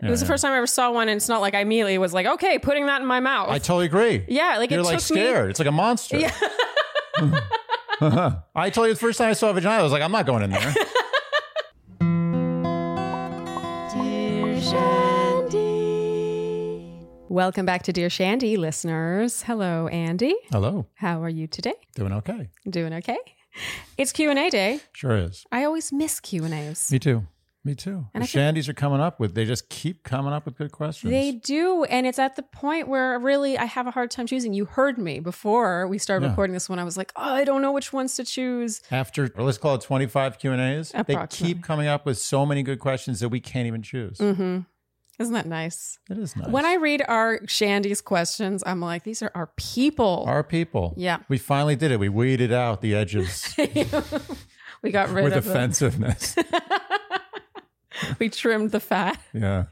it was yeah. the first time I ever saw one, and it's not like I immediately was like, okay, putting that in my mouth. I totally agree. yeah, like You're it like took scared. me. It's like a monster. Yeah. I told you the first time I saw a vagina, I was like, I'm not going in there. Welcome back to Dear Shandy, listeners. Hello, Andy. Hello. How are you today? Doing okay. Doing okay? It's Q and A day. Sure is. I always miss Q and A's. Me too. Me too. And the I think- shandies are coming up with, they just keep coming up with good questions. They do, and it's at the point where really I have a hard time choosing. You heard me before we started Yeah. recording this one. I was like, oh, I don't know which ones to choose. After, or let's call it 25 Q&As, they Approximately. keep coming up with so many good questions that we can't even choose. Mm-hmm. Isn't that nice? It is nice. When I read our Shandy's questions, I'm like, these are our people. Our people. Yeah. We finally did it. We weeded out the edges we got rid with of them. offensiveness. We trimmed the fat. yeah.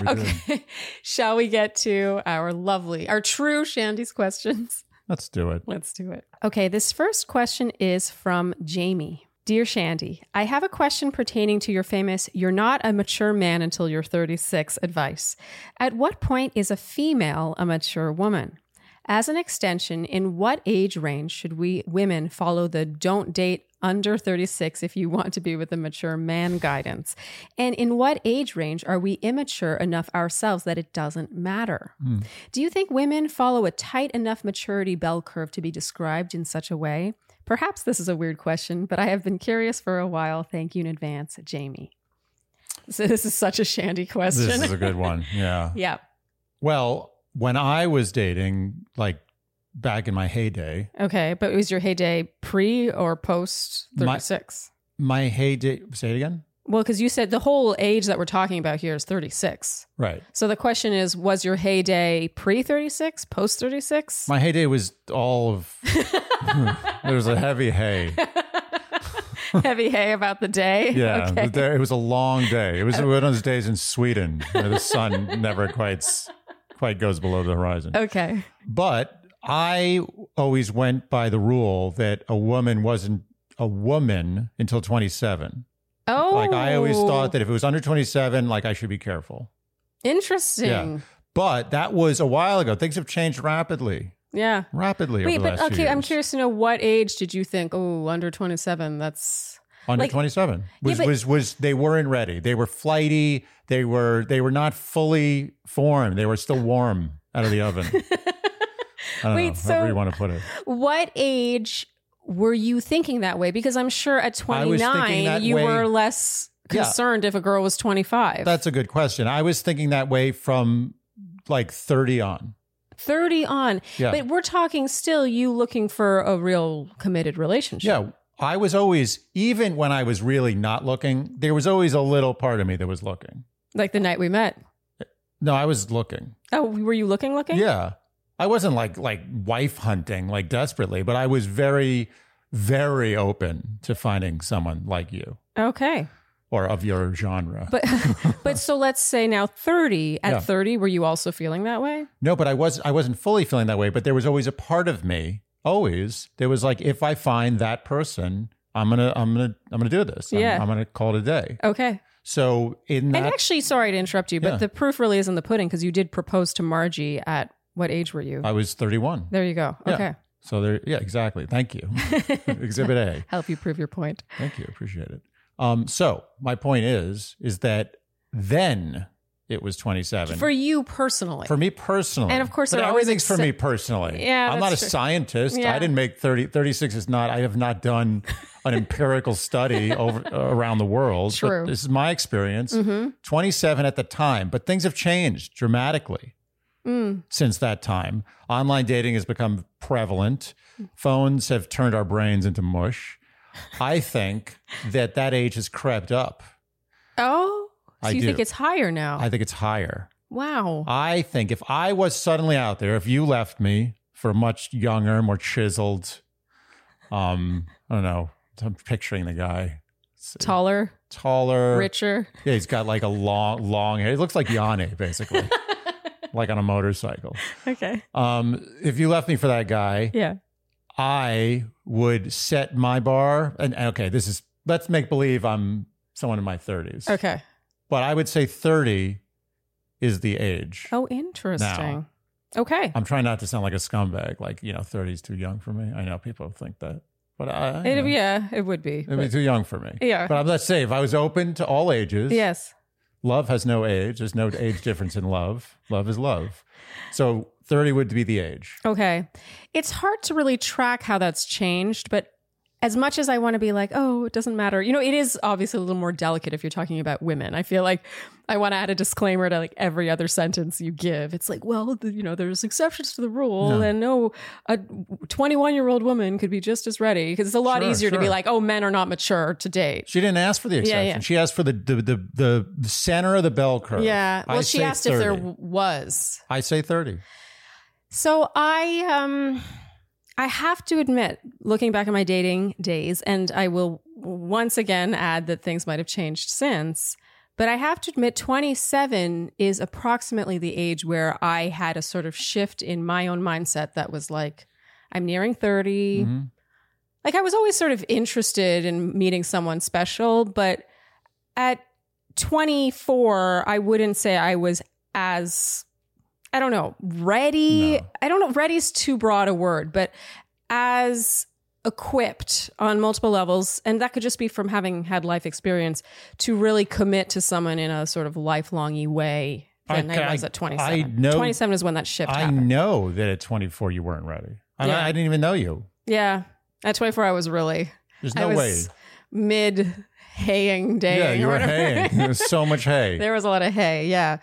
We did. Okay. Shall we get to our lovely, our true Shandy's questions? Let's do it. Let's do it. Okay. This first question is from Jamie. Dear Shandy, I have a question pertaining to your famous you're not a mature man until you're 36 advice. At what point is a female a mature woman? As an extension, in what age range should we women follow the don't date under 36 if you want to be with a mature man guidance? And in what age range are we immature enough ourselves that it doesn't matter? Do you think women follow a tight enough maturity bell curve to be described in such a way? Perhaps this is a weird question, but I have been curious for a while. Thank you in advance, Jamie. So this is such a shandy question. This is a good one. Yeah. yeah. Well, when I was dating, like back in my heyday, Okay, but was your heyday pre or post My- 36? my heyday, say it again. well, because you said the whole age that we're talking about here is 36. Right. So the question is, was your heyday pre 36, post 36? My heyday was all of, there was a heavy hay. Heavy hay about the day. Yeah. Okay. but There, it was a long day. It was one of those days in Sweden where the sun never quite, s- quite goes below the horizon. Oh. Okay. But I always went by the rule that a woman wasn't a woman until 27. Oh, Like I always thought that if it was under 27, like I should be careful. Interesting. But that was a while ago. Things have changed rapidly, Yeah. rapidly Wait, over the but last few okay, I'm years. curious to know what age did you think, oh, under 27, that's. Under like- 27 was, but- was was they weren't ready. They were flighty. They were they were not fully formed. They were still warm out of the oven. I don't Wait, know, so however you want to put it. What age were you thinking that way? Because I'm sure at I was thinking 29, that you way- were less Yeah. concerned if a girl was 25. That's a good question. I was thinking that way from like 30 on. 30 on. Yeah. But we're talking still you looking for a real committed relationship. Yeah. I was always, even when I was really not looking, there was always a little part of me that was looking. Like the night we met. No, I was looking. Oh, were you looking, looking? Yeah. I wasn't like like wife hunting like desperately, but I was very, very open to finding someone like you Okay. or of your genre. But but so let's say now 30. At Yeah. 30, were you also feeling that way? no, but I was I wasn't fully feeling that way, but there was always a part of me, always, there was like if I find that person, I'm gonna I'm gonna I'm gonna do this. I'm- Yeah. I'm, gonna call it a day. Okay. So and in that actually, sorry to interrupt you, but Yeah. the proof really is in the pudding because you did propose to Margie at what age were you? I was thirty one. there you go. Uh, Yeah. Okay. So there, yeah, exactly. Thank you. Exhibit A. Help you prove your point. Thank you. Appreciate it. Um, so my point is, is that then it was 27. For you personally. For me personally. And of course but there are always everything's for exce- me personally. Yeah, I'm not a that's true. scientist. Yeah. I didn't make 30, 36 is not, I have not done an empirical study over around the world. but True. this is my experience. hmm 27 at the time, but things have changed dramatically Mm. since that time. Online dating has become prevalent. Phones have turned our brains into mush. I think that that age has crept up. Oh, so I you do. think it's higher now? I think it's higher. wow. I think if I was suddenly out there, if you left me for a much younger, more chiseled, um, I don't know, I'm picturing the guy It's Taller, taller, richer. Yeah, he's got like a long, long hair. He looks like Yanni, basically, like on a motorcycle. Okay. Um, if you left me for that guy, Yeah. I would set my bar. And and okay, this is let's make believe I'm someone in my 30s. Okay. But I would say 30 is the age. Oh, interesting. Okay. I'm trying not to sound like a scumbag, like, you know, 30 is too young for me. I know people think that, but I, I It- know. yeah, it would be. It'd be too young for me. Yeah. But I'm, let's say if I was open to all ages, yes. love has no age. There's no age difference in love. Love is love. So 30 would be the age. Okay. It's hard to really track how that's changed, but as much as I want to be like, oh, it doesn't matter, you know, it is obviously a little more delicate if you're talking about women. I feel like I want to add a disclaimer to like every other sentence you give. It's like, well, the, you know, there's exceptions to the rule, No. and no, a 21 year old woman could be just as ready because it's a lot Sure, easier to be sure. like, oh, men are not mature to date. She didn't ask for the Yeah, exception. yeah. She asked for the, the the the center of the bell curve. Yeah. I Well, she say asked if there 30. w- was. I say 30. So I um I have to admit, looking back at my dating days, and I will once again add that things might have changed since, but I have to admit 27 is approximately the age where I had a sort of shift in my own mindset that was like I'm nearing 30. Mhm. Like I was always sort of interested in meeting someone special, but at 24, I wouldn't say I was as I don't know, ready. No. I don't know, ready's too broad a word, but as equipped on multiple levels and that could just be from having had life experience to really commit to someone in a sort of lifelongy way than I- I, was I- at 27. I know- 27 is when that shift I happened. know that at 24 you weren't ready. And Yeah. I, I didn't even know you. Yeah. At 24 I was really There's I no was way. mid haying day. Yeah, you were haying. There was so much hay. There Oh. was a lot of hay, yeah.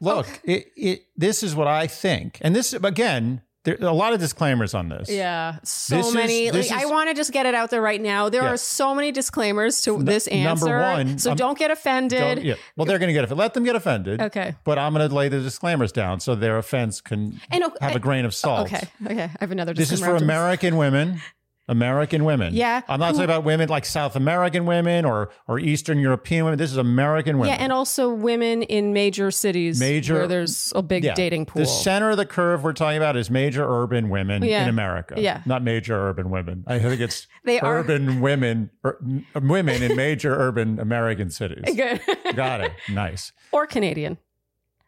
Look, it, it this is what I think. And this again, there a lot of disclaimers on this. Yeah, so This is- many. like, this I is- want to just get it out there right now. There Yeah. are so many disclaimers to this answer. number one, so I'm- don't get offended. Don't- yeah. Well, they're going to get offended. Let them get offended. Okay. But I'm going to lay the disclaimers down so their offense can And o- have a grain of salt. Okay. Okay. I have another. This is for disclaimer after American women. American women. Yeah. I'm not talking about women like South American women or or Eastern European women. This is American women. Yeah, and also women in major cities, Major- where there's a big Yeah. dating pool. The center of the curve we're talking about is major urban women Yeah. in America. Yeah. Not major urban women. I think it's They are- urban women ur- m- women in major urban American cities. Good. Got it. Nice. or Canadian.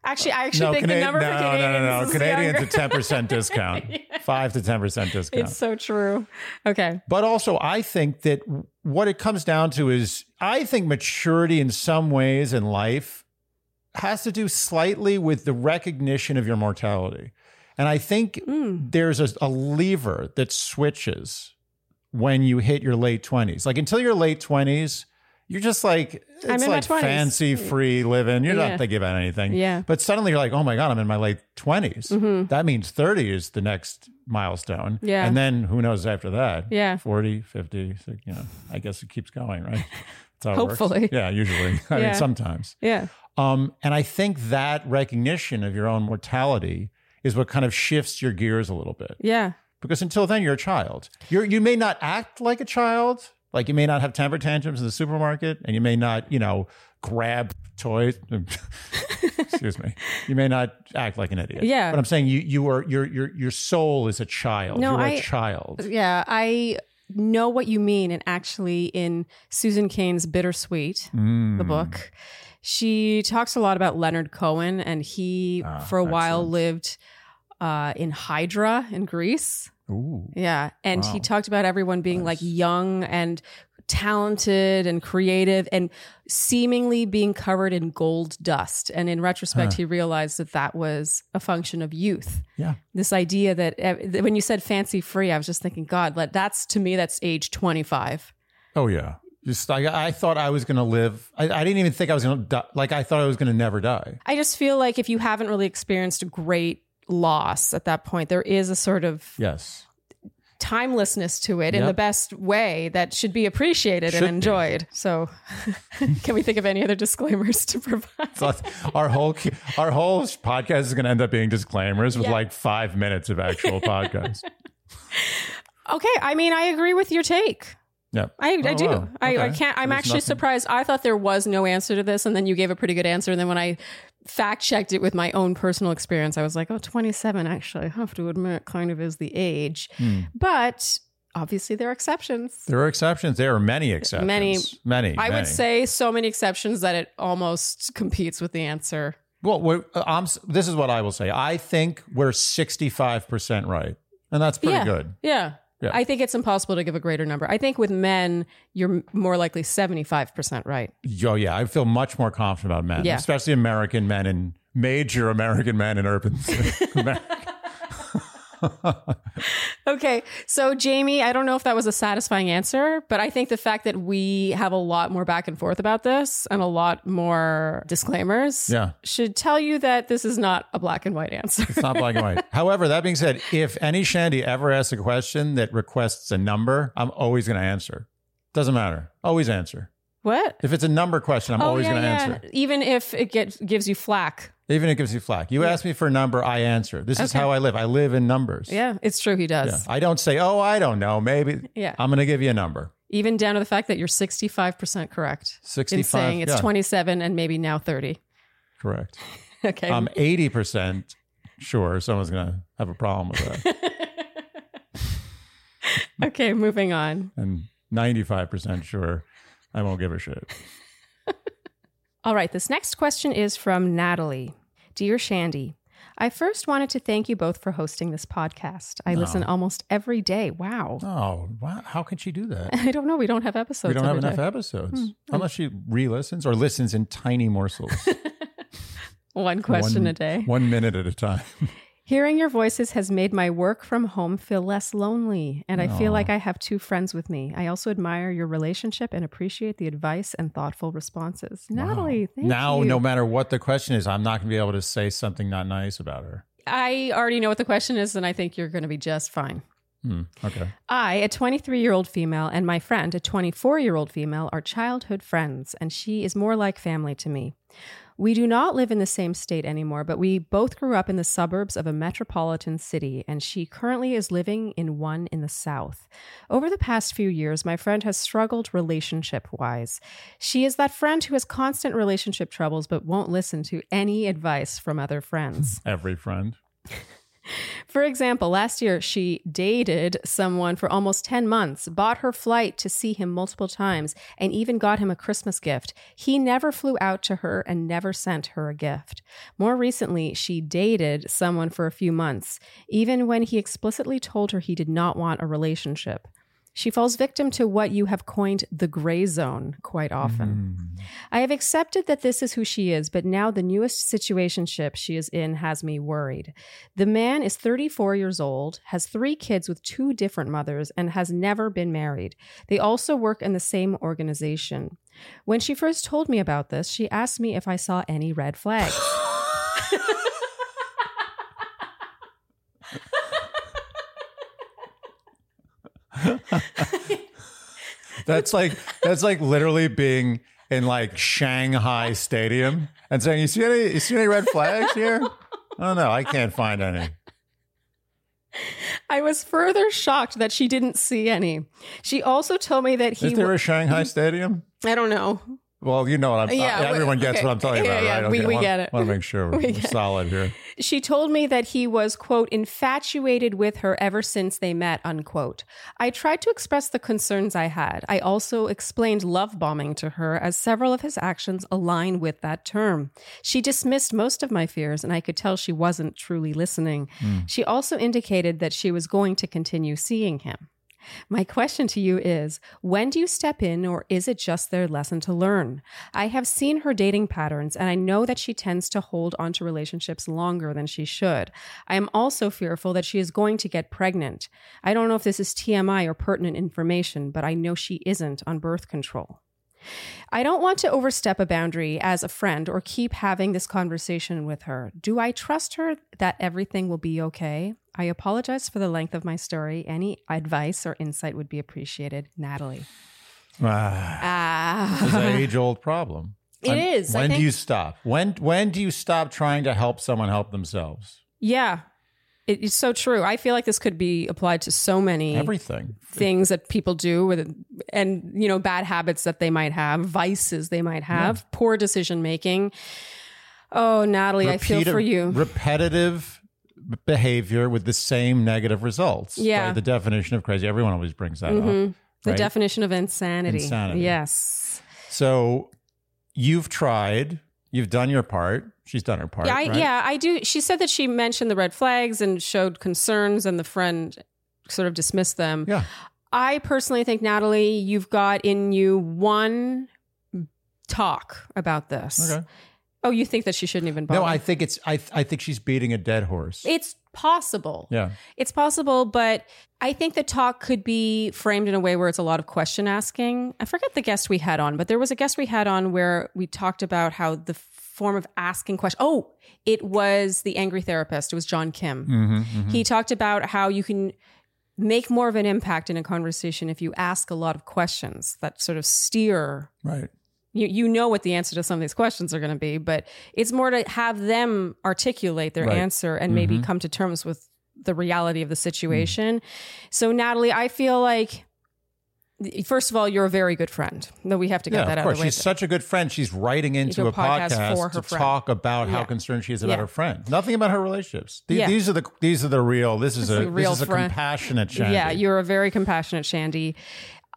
Actually, I actually no, think Cana- the number no, for no, Canadians no, no, is Canadians younger. a ten percent discount. Five to ten percent discount. It's so true. Okay. But also, I think that what it comes down to is I think maturity in some ways in life has to do slightly with the recognition of your mortality. And I think Mm. there's a, a lever that switches when you hit your late 20s. Like until your late 20s, you're just like, I'm it's in my like 20s. fancy free living. You're Yeah. not thinking about anything. Yeah. But suddenly you're like, oh my God, I'm in my late 20s. Mhm. That means 30 is the next milestone. Yeah. And then who knows after that? Yeah. 40, 50, 60, you know, I guess it keeps going, right? That's how it works. Hopefully. Yeah, usually. I Yeah. mean, sometimes. Yeah. Um, and I think that recognition of your own mortality is what kind of shifts your gears a little bit. Yeah. Because until then, you're a child. You're, you may not act like a child. Like you may not have temper tantrums in the supermarket and you may not, you know, grab toys. Excuse me. You may not act like an idiot. Yeah. But I'm saying you, you are, your, your, your soul is a child. No, you're a I- child. Yeah, I know what you mean. And actually, in Susan Cain's Bittersweet, the Mm. book, she talks a lot about Leonard Cohen, and he, Ah, for a while, excellent. lived uh, in Hydra in Greece. Ooh. Yeah. And he Wow. talked about everyone being like Nice. young and talented and creative and seemingly being covered in gold dust. And in retrospect, Huh. he realized that that was a function of youth. Yeah. This idea that eh, that when you said fancy free, I was just thinking, God, let, that's to me, that's age 25. Oh yeah. Just I, I thought I was gonna live. I, I didn't even think I was gonna die. Like I thought I was gonna never die. I just feel like if you haven't really experienced great loss at that point, there is a sort of Yes. timelessness to it in Yep. the best way that should be appreciated Should and be. enjoyed. So, can we think of any other disclaimers to provide? So our whole our whole podcast is gonna end up being disclaimers with Yeah. like five minutes of actual podcast. Okay, I mean, I agree with your take. Yeah. I, I Oh, do. wow. I, I Okay. can't. I'm There's actually nothing- surprised. I thought there was no answer to this, and then you gave a pretty good answer. And then when I fact checked it with my own personal experience, I was like, oh, 27, actually, I have to admit, kind of is the age. Hmm. But obviously, there are exceptions. There are exceptions. There are many exceptions. Many. Many. I many. would say so many exceptions that it almost competes with the answer. Well, we're, uh, I'm, s- this is what I will say. I think we're 65% right. And that's pretty Yeah. good. Yeah. Yeah. I think it's impossible to give a greater number. I think with men, you're m- more likely 75% right. Yo, yeah, I feel much more confident about men, Yeah. especially American men and major American men in urban. Okay. So, Jamie, I don't know if that was a satisfying answer, but I think the fact that we have a lot more back and forth about this and a lot more disclaimers yeah, should tell you that this is not a black and white answer. it's not black and white. However, that being said, if any Shandy ever asks a question that requests a number, I'm always going to answer. Doesn't matter. Always answer. what? If it's a number Oh, question, I'm always going to answer. Even if it get, gives you flack. Even if it gives you flack. You ask me for a number, I answer. This is Okay. how I live. I live in numbers. Yeah, it's true. He Yeah. does. I don't say, oh, I don't know. Maybe. Yeah. I'm going to give you a number. Even down to the fact that you're 65% correct 65. in saying it's yeah, 27 and maybe now 30. Correct. Okay. I'm 80% sure someone's going to have a problem with that. okay, moving on. and 95% sure I won't give a shit. All right, this next question is from Natalie. Dear Shandy, I first wanted to thank you both for hosting this podcast. I listen almost every day. Wow. Oh, wow. How can she do that? I don't know. We don't have episodes. We don't have every enough day. Hmm, episodes. Unless she re listens or listens in tiny morsels, One question One- a day. one minute at a time. Hearing your voices has made my work from home feel less lonely, and I feel Aw. like I have two friends with me. I also admire your relationship and appreciate the advice and thoughtful responses. Natalie, thank now, you. no matter what the question is, I'm not going to be able to say something not nice about her. I already know what the question is, and I think you're going to be just fine. Hmm. Okay. I, a 23 year old female, and my friend, a 24 year old female, are childhood friends, and she is more like family to me. We do not live in the same state anymore, but we both grew up in the suburbs of a metropolitan city, and she currently is living in one in the south. Over the past few years, my friend has struggled relationship wise. She is that friend who has constant relationship troubles but won't listen to any advice from other friends. Every friend. For example, last year she dated someone for almost 10 months, bought her flight to see him multiple times, and even got him a Christmas gift. He never flew out to her and never sent her a gift. More recently, she dated someone for a few months, even when he explicitly told her he did not want a relationship. She falls victim to what you have coined the gray zone quite often. Hmm. I have accepted that this is who she is, but now the newest situationship she is in has me worried. The man is 34 years old, has three kids with two different mothers, and has never been married. They also work in the same organization. When she first told me about this, she asked me if I saw any red flags. That's like that's like literally being in like Shanghai Stadium and saying, "You see any? You see any red flags here?" Oh no, I can't find any. I was further shocked that she didn't see any. She also told me that he. Is there wa- a Shanghai Stadium? I don't know. Well, you know what I'm. Hmm? Yeah, Yeah, everyone gets okay. what I'm talking Yeah, about, yeah, right? we- we I wanna- get it. Want to make sure we're, We we're get it. solid here. She told me that he was, quote, infatuated with her ever since they met, unquote. I tried to express the concerns I had. I also explained love bombing to her, as several of his actions align with that term. She dismissed most of my fears, and I could tell she wasn't truly listening. She also indicated that she was going to continue seeing him. My question to you is when do you step in, or is it just their lesson to learn? I have seen her dating patterns, and I know that she tends to hold onto relationships longer than she should. I am also fearful that she is going to get pregnant. I don't know if this is TMI or pertinent information, but I know she isn't on birth control. I don't want to overstep a boundary as a friend or keep having this conversation with her. Do I trust her that everything will be okay? I apologize for the length of my story. Any advice or insight would be appreciated. Natalie. Ah, it's an Ah. age-old problem. It I'm- is, I When think- do you stop? When when do you stop trying to help someone help themselves? Yeah. It- it's so true. I feel like this could be applied to so many Everything. things that people do with and you know bad habits that they might have, vices they might have, poor decision making. Oh, Natalie, I feel Repeated- for you. Repetitive b- behavior with the same negative results. Yeah. By the definition of crazy. Everyone always brings that up. Mhm. The right? definition of insanity. Insanity. Yes. So you've tried, you've done your part. she's done her part. yeah, I, right? yeah, I do. She said that she mentioned the red flags and showed concerns, and the friend sort of dismissed them. Yeah. I personally think, Natalie, you've got in you one talk about this. Okay. Oh, you think that she shouldn't even bother? No, I think it's I I think she's beating a dead horse. it's possible. yeah. It's possible, but I think the talk could be framed in a way where it's a lot of question asking. I forget the guest we had on, but there was a guest we had on where we talked about how the form of asking questions. Oh, it was the angry therapist. It was John Kim. hmm He talked about how you can make more of an impact in a conversation if you ask a lot of questions that sort of steer. Right. You, you know what the answer to some of these questions are going to be, but it's more to have them articulate their Right. Mm-hmm. answer and maybe Mhm. come to terms with the reality of the situation. So, Natalie, I feel like, first of all, you're a very good friend. Though we have to get Yeah, that out of of course. the way. She's such a good friend. She's writing into a a, podcast podcast, for her to friend. talk about how Yeah. concerned she is about Yeah. her friend. Nothing about her relationships. The- Yeah. These are the these are the real. This is This is a the real this is friend. a compassionate. Shandy. Yeah, you're a very compassionate Shandy.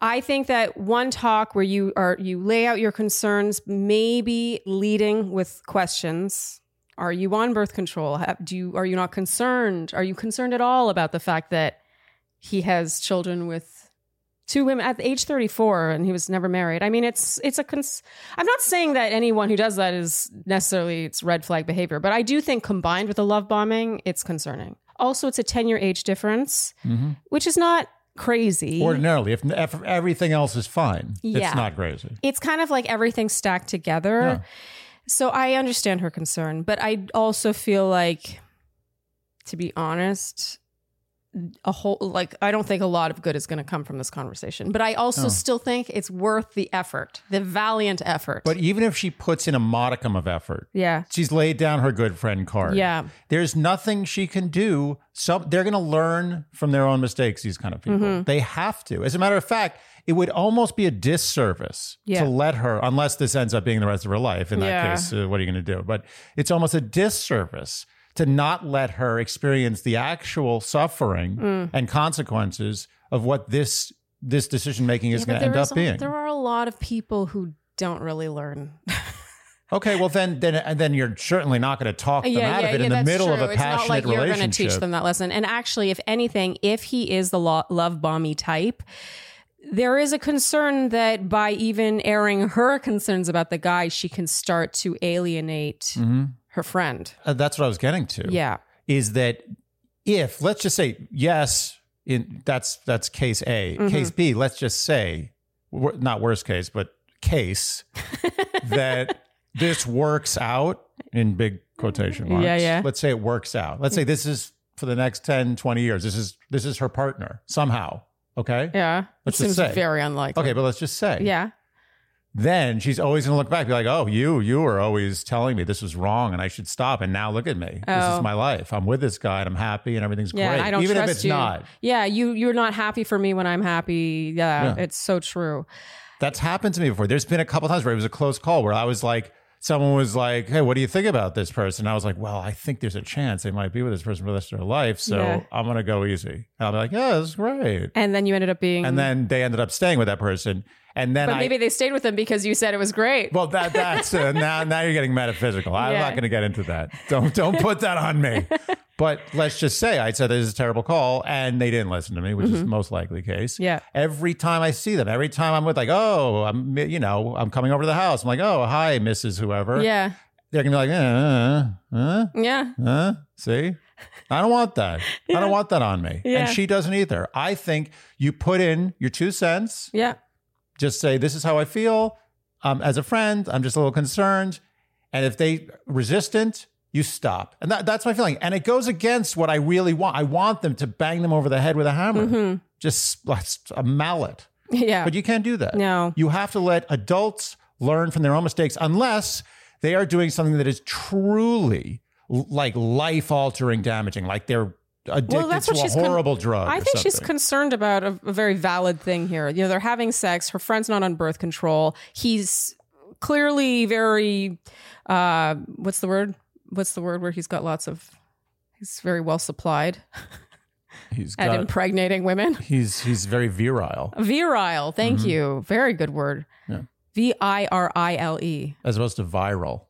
I think that one talk where you are you lay out your concerns, maybe leading with questions. Are you on birth control? Have, do you are you not concerned? Are you concerned at all about the fact that he has children with two women at age 34 and he was never married? I mean, it's it's a cons- I'm not saying that anyone who does that is necessarily it's red flag behavior, but I do think combined with the love bombing, it's concerning. Also, it's a 10 year age difference Mhm. which is not crazy. Ordinarily, if, if everything else is fine, Yeah. it's not crazy. it's kind of like everything stacked together. Yeah. So I understand her concern, but I also feel like, to be honest, a whole like I don't think a lot of good is going to come from this conversation. But I also No. still think it's worth the effort, the valiant effort. But even if she puts in a modicum of effort, yeah, she's laid down her good friend card. yeah, There's nothing she can do. So they're going to learn from their own mistakes, these kind of people. Mm-hmm. They have to. As a matter of fact, it would almost be a disservice Yeah. to let her, unless this ends up being the rest of her life. In that Yeah. case, uh, what are you going to do? But it's almost a disservice to not let her experience the actual suffering Mm. and consequences of what this this decision making is Yeah, but going to there end is up a- being. There are a lot of people who don't really learn. Okay, well then, then, and then you're certainly not going to talk them out of it in the that's middle of a it's not like passionate you're gonna relationship. teach them that lesson. And actually, if anything, if he is the lo- love bomby type, there is a concern that by even airing her concerns about the guy, she can start to alienate Mm. Mm-hmm. her friend. Uh, that's what I was getting to. Yeah. is that if let's just say yes, in that's that's case A. Mm-hmm. Case B, let's just say wor- not worst case, but case that this works out in big quotation marks. Yeah, yeah. Let's say it works out. Let's say this is for the next 10, 20 years. This is this is her partner somehow. Okay? Yeah. Let's it just seems say. very unlikely. Okay, but let's just say. Yeah. Then she's always going to look back and be like, "Oh, you you were always telling me this was wrong and I should stop and now look at me. This Oh. is my life. I'm with this guy and I'm happy and everything's Yeah. great I don't even trust if it's you. not." Yeah. You, you're not happy for me when I'm happy. Yeah. Yeah. It's so true. That's happened to me before. There's been a couple times where it was a close call where I was like, someone was like, "Hey, what do you think about this person?" I was like, "Well, I think there's a chance they might be with this person for the rest of their life, so Yeah. I'm gonna go easy." And I'm like, "Yeah, that's great." And then you ended up being. And then they ended up staying with that person, and then Mm. but I. maybe they stayed with him because you said it was great. well, that that's uh, now now you're getting metaphysical. I'm Yeah. not going to get into that. Don't don't put that on me. But let's just say I said this is a terrible call, and they didn't listen to me, which is the most likely case. Mm-hmm. yeah. Every time I see them, every time I'm with like, oh, I'm you know, I'm coming over to the house. I'm like, oh, hi, Mrs. Whoever. Yeah. They're gonna be like, uh, uh, Yeah. uh, uh, see, I don't want that. I Yeah. don't want that on me. Yeah. And she doesn't either. I think you put in your two cents. Yeah. Just say this is how I feel. Um, as a friend, I'm just a little concerned. And if they resistant, you stop. And that, that's my feeling. And it goes against what I really want. I want them to bang them over the head with a hammer, just like a mallet. Mm-hmm. Yeah. But you can't do that. No. You have to let adults learn from their own mistakes unless they are doing something that is truly l- like life altering damaging, like they're addicted that's to what a she's con- horrible drug. I or think she's something. concerned about a, a very valid thing here. You know, they're having sex. Her friend's not on birth control. He's clearly very, uh, what's the word? What's the word where he's got lots of, he's very well supplied he's at impregnating women. he's he's very virile Virile. Thank you. Very good word. Mm-hmm. Yeah. V I R I L E. as opposed to viral.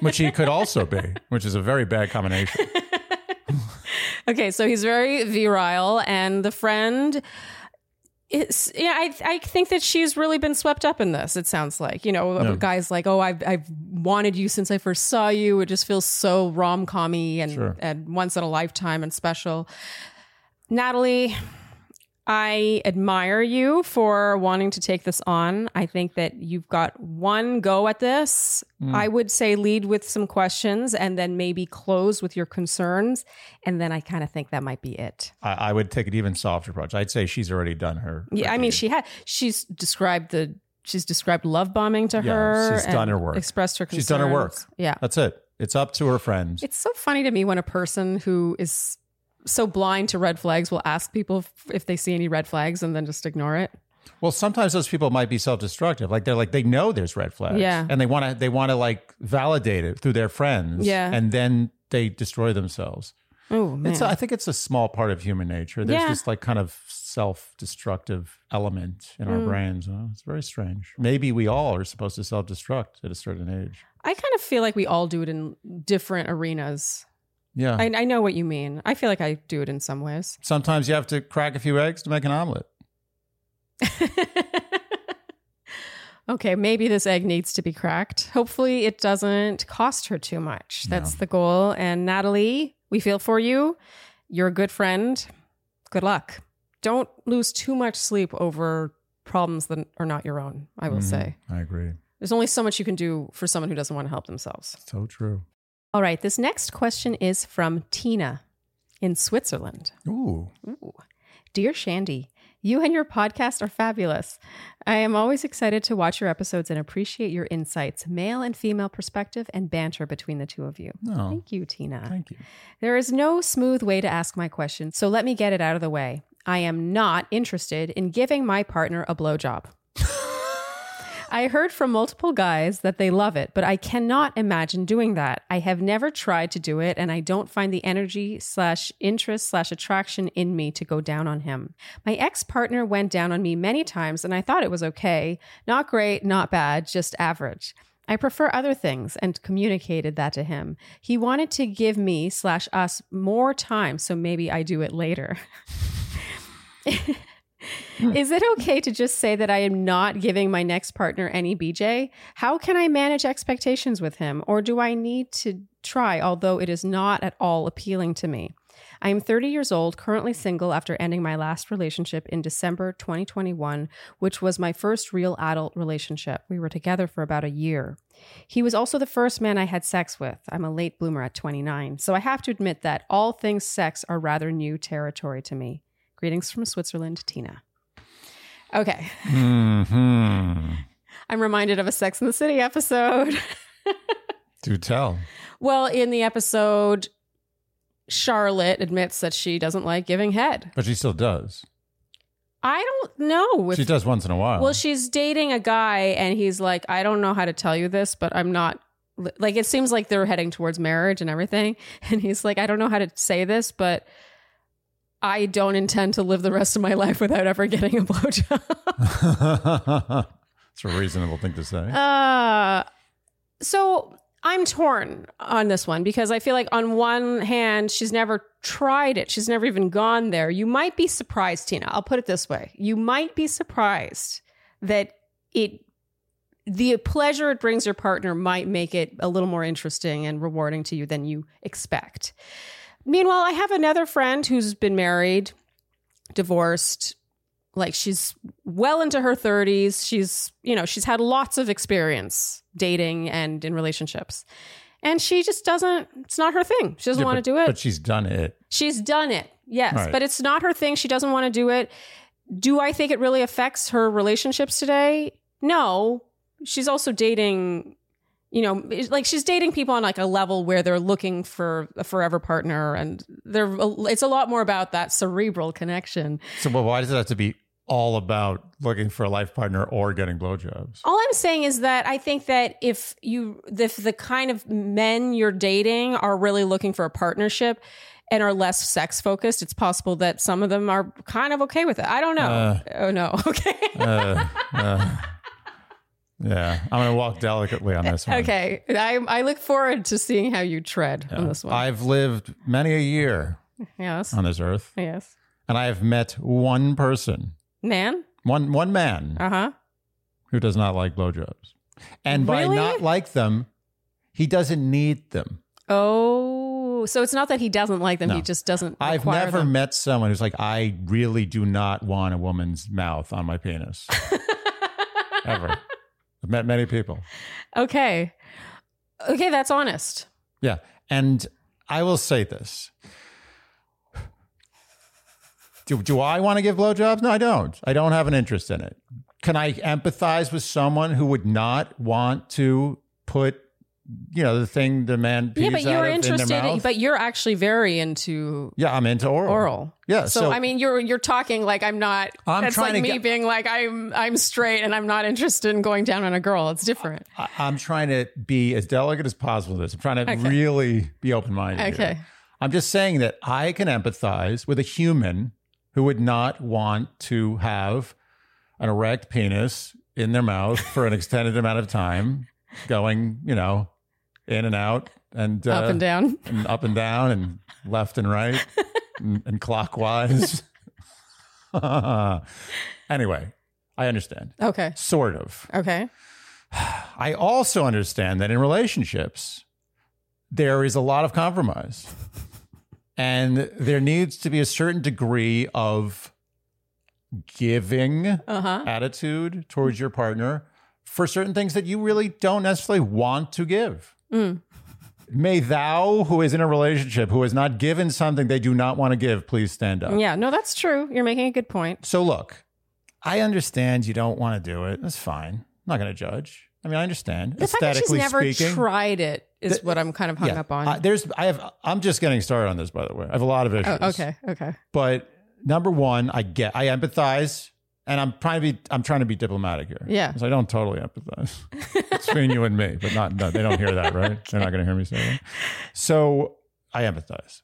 which he could also be, which is a very bad combination. Okay, so he's very virile, and the friend. It's, yeah, I I think that she's really been swept up in this. It sounds like you know, Yeah. the guys like, oh, I've I've wanted you since I first saw you. It just feels so rom commy and Sure. and once in a lifetime and special. Natalie, I admire you for wanting to take this on. I think that you've got one go at this. Mm. I would say lead with some questions and then maybe close with your concerns, and then I kind of think that might be it. I, I would take an even softer approach. I'd say she's already done her. Yeah, her I mean, deed. she had. She's described the. She's described love bombing to Yeah, her. she's and done her work. Expressed her. Concerns. She's done her work. Yeah, That's it. It's up to her friends. it's so funny to me when a person who is so blind to red flags will ask people if, if they see any red flags and then just ignore it. Well, sometimes those people might be self-destructive. Like they're like they know there's red flags, Yeah. and they want to they want to like validate it through their friends, Yeah. and then they destroy themselves. Oh man. It's a, I think it's a small part of human nature. There's Yeah. this like kind of self-destructive element in our Mm. brains. You know? It's very strange. Maybe we all are supposed to self-destruct at a certain age. I kind of feel like we all do it in different arenas. Yeah. I, I know what you mean. I feel like I do it in some ways. Sometimes you have to crack a few eggs to make an omelet. okay, maybe this egg needs to be cracked. Hopefully, it doesn't cost her too much. That's the goal. And Natalie, we feel for you. You're a good friend. Good luck. Don't lose too much sleep over problems that are not your own, I will Mhm. say. I agree. There's only so much you can do for someone who doesn't want to help themselves. So true. All right, this next question is from Tina in Switzerland. Ooh. Ooh. Dear Shandy, you and your podcast are fabulous. I am always excited to watch your episodes and appreciate your insights, male and female perspective, and banter between the two of you. No. Thank you, Tina. Thank you. There is no smooth way to ask my question, so let me get it out of the way. I am not interested in giving my partner a blowjob. I heard from multiple guys that they love it, but I cannot imagine doing that. I have never tried to do it, and I don't find the energy slash interest slash attraction in me to go down on him. My ex partner went down on me many times, and I thought it was okay. Not great, not bad, just average. I prefer other things and communicated that to him. He wanted to give me slash us more time, so maybe I do it later. Is it okay to just say that I am not giving my next partner any BJ? How can I manage expectations with him? Or do I need to try, although it is not at all appealing to me? I am 30 years old, currently single after ending my last relationship in December 2021, which was my first real adult relationship. We were together for about a year. He was also the first man I had sex with. I'm a late bloomer at 29, so I have to admit that all things sex are rather new territory to me. Greetings from Switzerland, Tina. Okay. hmm I'm reminded of a Sex in the City episode. Do tell. well, in the episode, Charlotte admits that she doesn't like giving head. But she still does. I don't know. If, she does once in a while. Well, she's dating a guy, and he's like, I don't know how to tell you this, but I'm not. Like, it seems like they're heading towards marriage and everything. And he's like, I don't know how to say this, but I don't intend to live the rest of my life without ever getting a blowjob. it's a reasonable thing to say. Uh, so I'm torn on this one because I feel like on one hand she's never tried it. She's never even gone there. You might be surprised, Tina. I'll put it this way. You might be surprised that it the pleasure it brings your partner might make it a little more interesting and rewarding to you than you expect. Meanwhile, I have another friend who's been married, divorced, like she's well into her 30s she's you know she's had lots of experience dating and in relationships and she just doesn't it's not her thing she doesn't Yeah, want to but- do it But she's done it. she's done it yes Right. but it's not her thing she doesn't want to do it do i think it really affects her relationships today no she's also dating you know it's like she's dating people on like a level where they're looking for a forever partner and they're it's a lot more about that cerebral connection So well, why does it have to be all about looking for a life partner or getting blowjobs? All I'm saying is that I think that if you, if the kind of men you're dating are really looking for a partnership and are less sex focused, it's possible that some of them are kind of Oh, okay with it. I don't know. Uh. oh no. Okay. Uh, uh, Yeah, I'm going to walk delicately on this one. Okay. I, I look forward to seeing how you tread on this one. I've lived many a year yes. on this earth, yes. and I have met one person, Man? one one man Uh huh. who does not like blowjobs, and by Really? not like them, he doesn't need them. Oh, so it's not that he doesn't like them. No. He just doesn't I've require never them. met someone who's like, I really do not want a woman's mouth on my penis. Ever. I've met many people. okay. Okay, that's honest. Yeah. And I will say this. Do, do I want to give blowjobs? No, I don't. I don't have an interest in it. Can I empathize with someone who would not want to put, you know, the thing the man pees yeah, but out you're of in interested, their in- mouth? but you're actually very into yeah, I'm into oral. oral. Yeah, So, Uh, so- I mean, you're you're talking like I'm not. I'm that's trying like to me get- being like I'm I'm straight and I'm not interested in going down on a girl. It's different. I, I'm trying to be as delicate as possible with this. I'm trying to Okay. really be open minded. Okay. I'm just saying that I can empathize with a human who would not want to have an erect penis in their mouth for an extended amount of time, going, you know, in and out and, uh, Up and down. and up and down and left and right and, and clockwise. anyway, I understand, Okay. sort of. Okay. I also understand that in relationships, there is a lot of compromise. And there needs to be a certain degree of giving Uh huh. attitude towards your partner for certain things that you really don't necessarily want to give. Mm. May thou, who is in a relationship, who has not given something they do not want to give, please stand up. Yeah. No, that's true. You're making a good point. So look, I understand you don't want to do it. That's fine. I'm not going to judge. I mean, I understand. The fact that she's Aesthetically never speaking, tried it is The- what I'm kind of hung yeah. up on. I- there's, I have, I'm just getting started on this, by the way. I have a lot of issues. oh, okay. Okay. But number one, I get, I empathize, and I'm trying to be, I'm trying to be diplomatic here. Yeah. 'Cause I don't totally empathize between you and me, but not, no, they don't hear that, right? They're not going to hear me say that. So I empathize.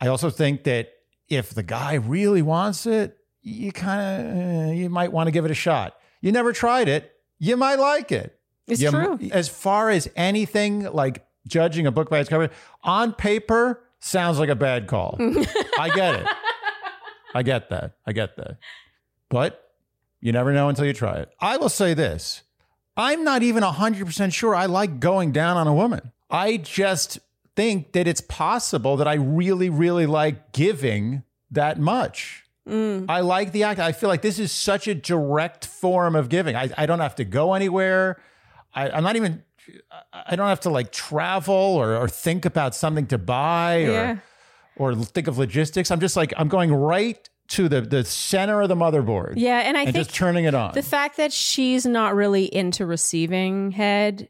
I also think that if the guy really wants it, you kind of, you might want to give it a shot. You never tried it. You might like it. It's Yeah, true. As far as anything like judging a book by its cover, on paper sounds like a bad call. I get it. I get that. I get that. But you never know until you try it. I will say this I'm not even 100% sure I like going down on a woman. I just think that it's possible that I really, really like giving that much. Mm. I like the act. I feel like this is such a direct form of giving. I, I don't have to go anywhere. I, I'm not even, I- I don't have to like travel or, or think about something to buy or, Yeah. or think of logistics. I'm just like, I'm going right to the, the center of the motherboard Yeah. And I and think just turning it on. the fact that she's not really into receiving head,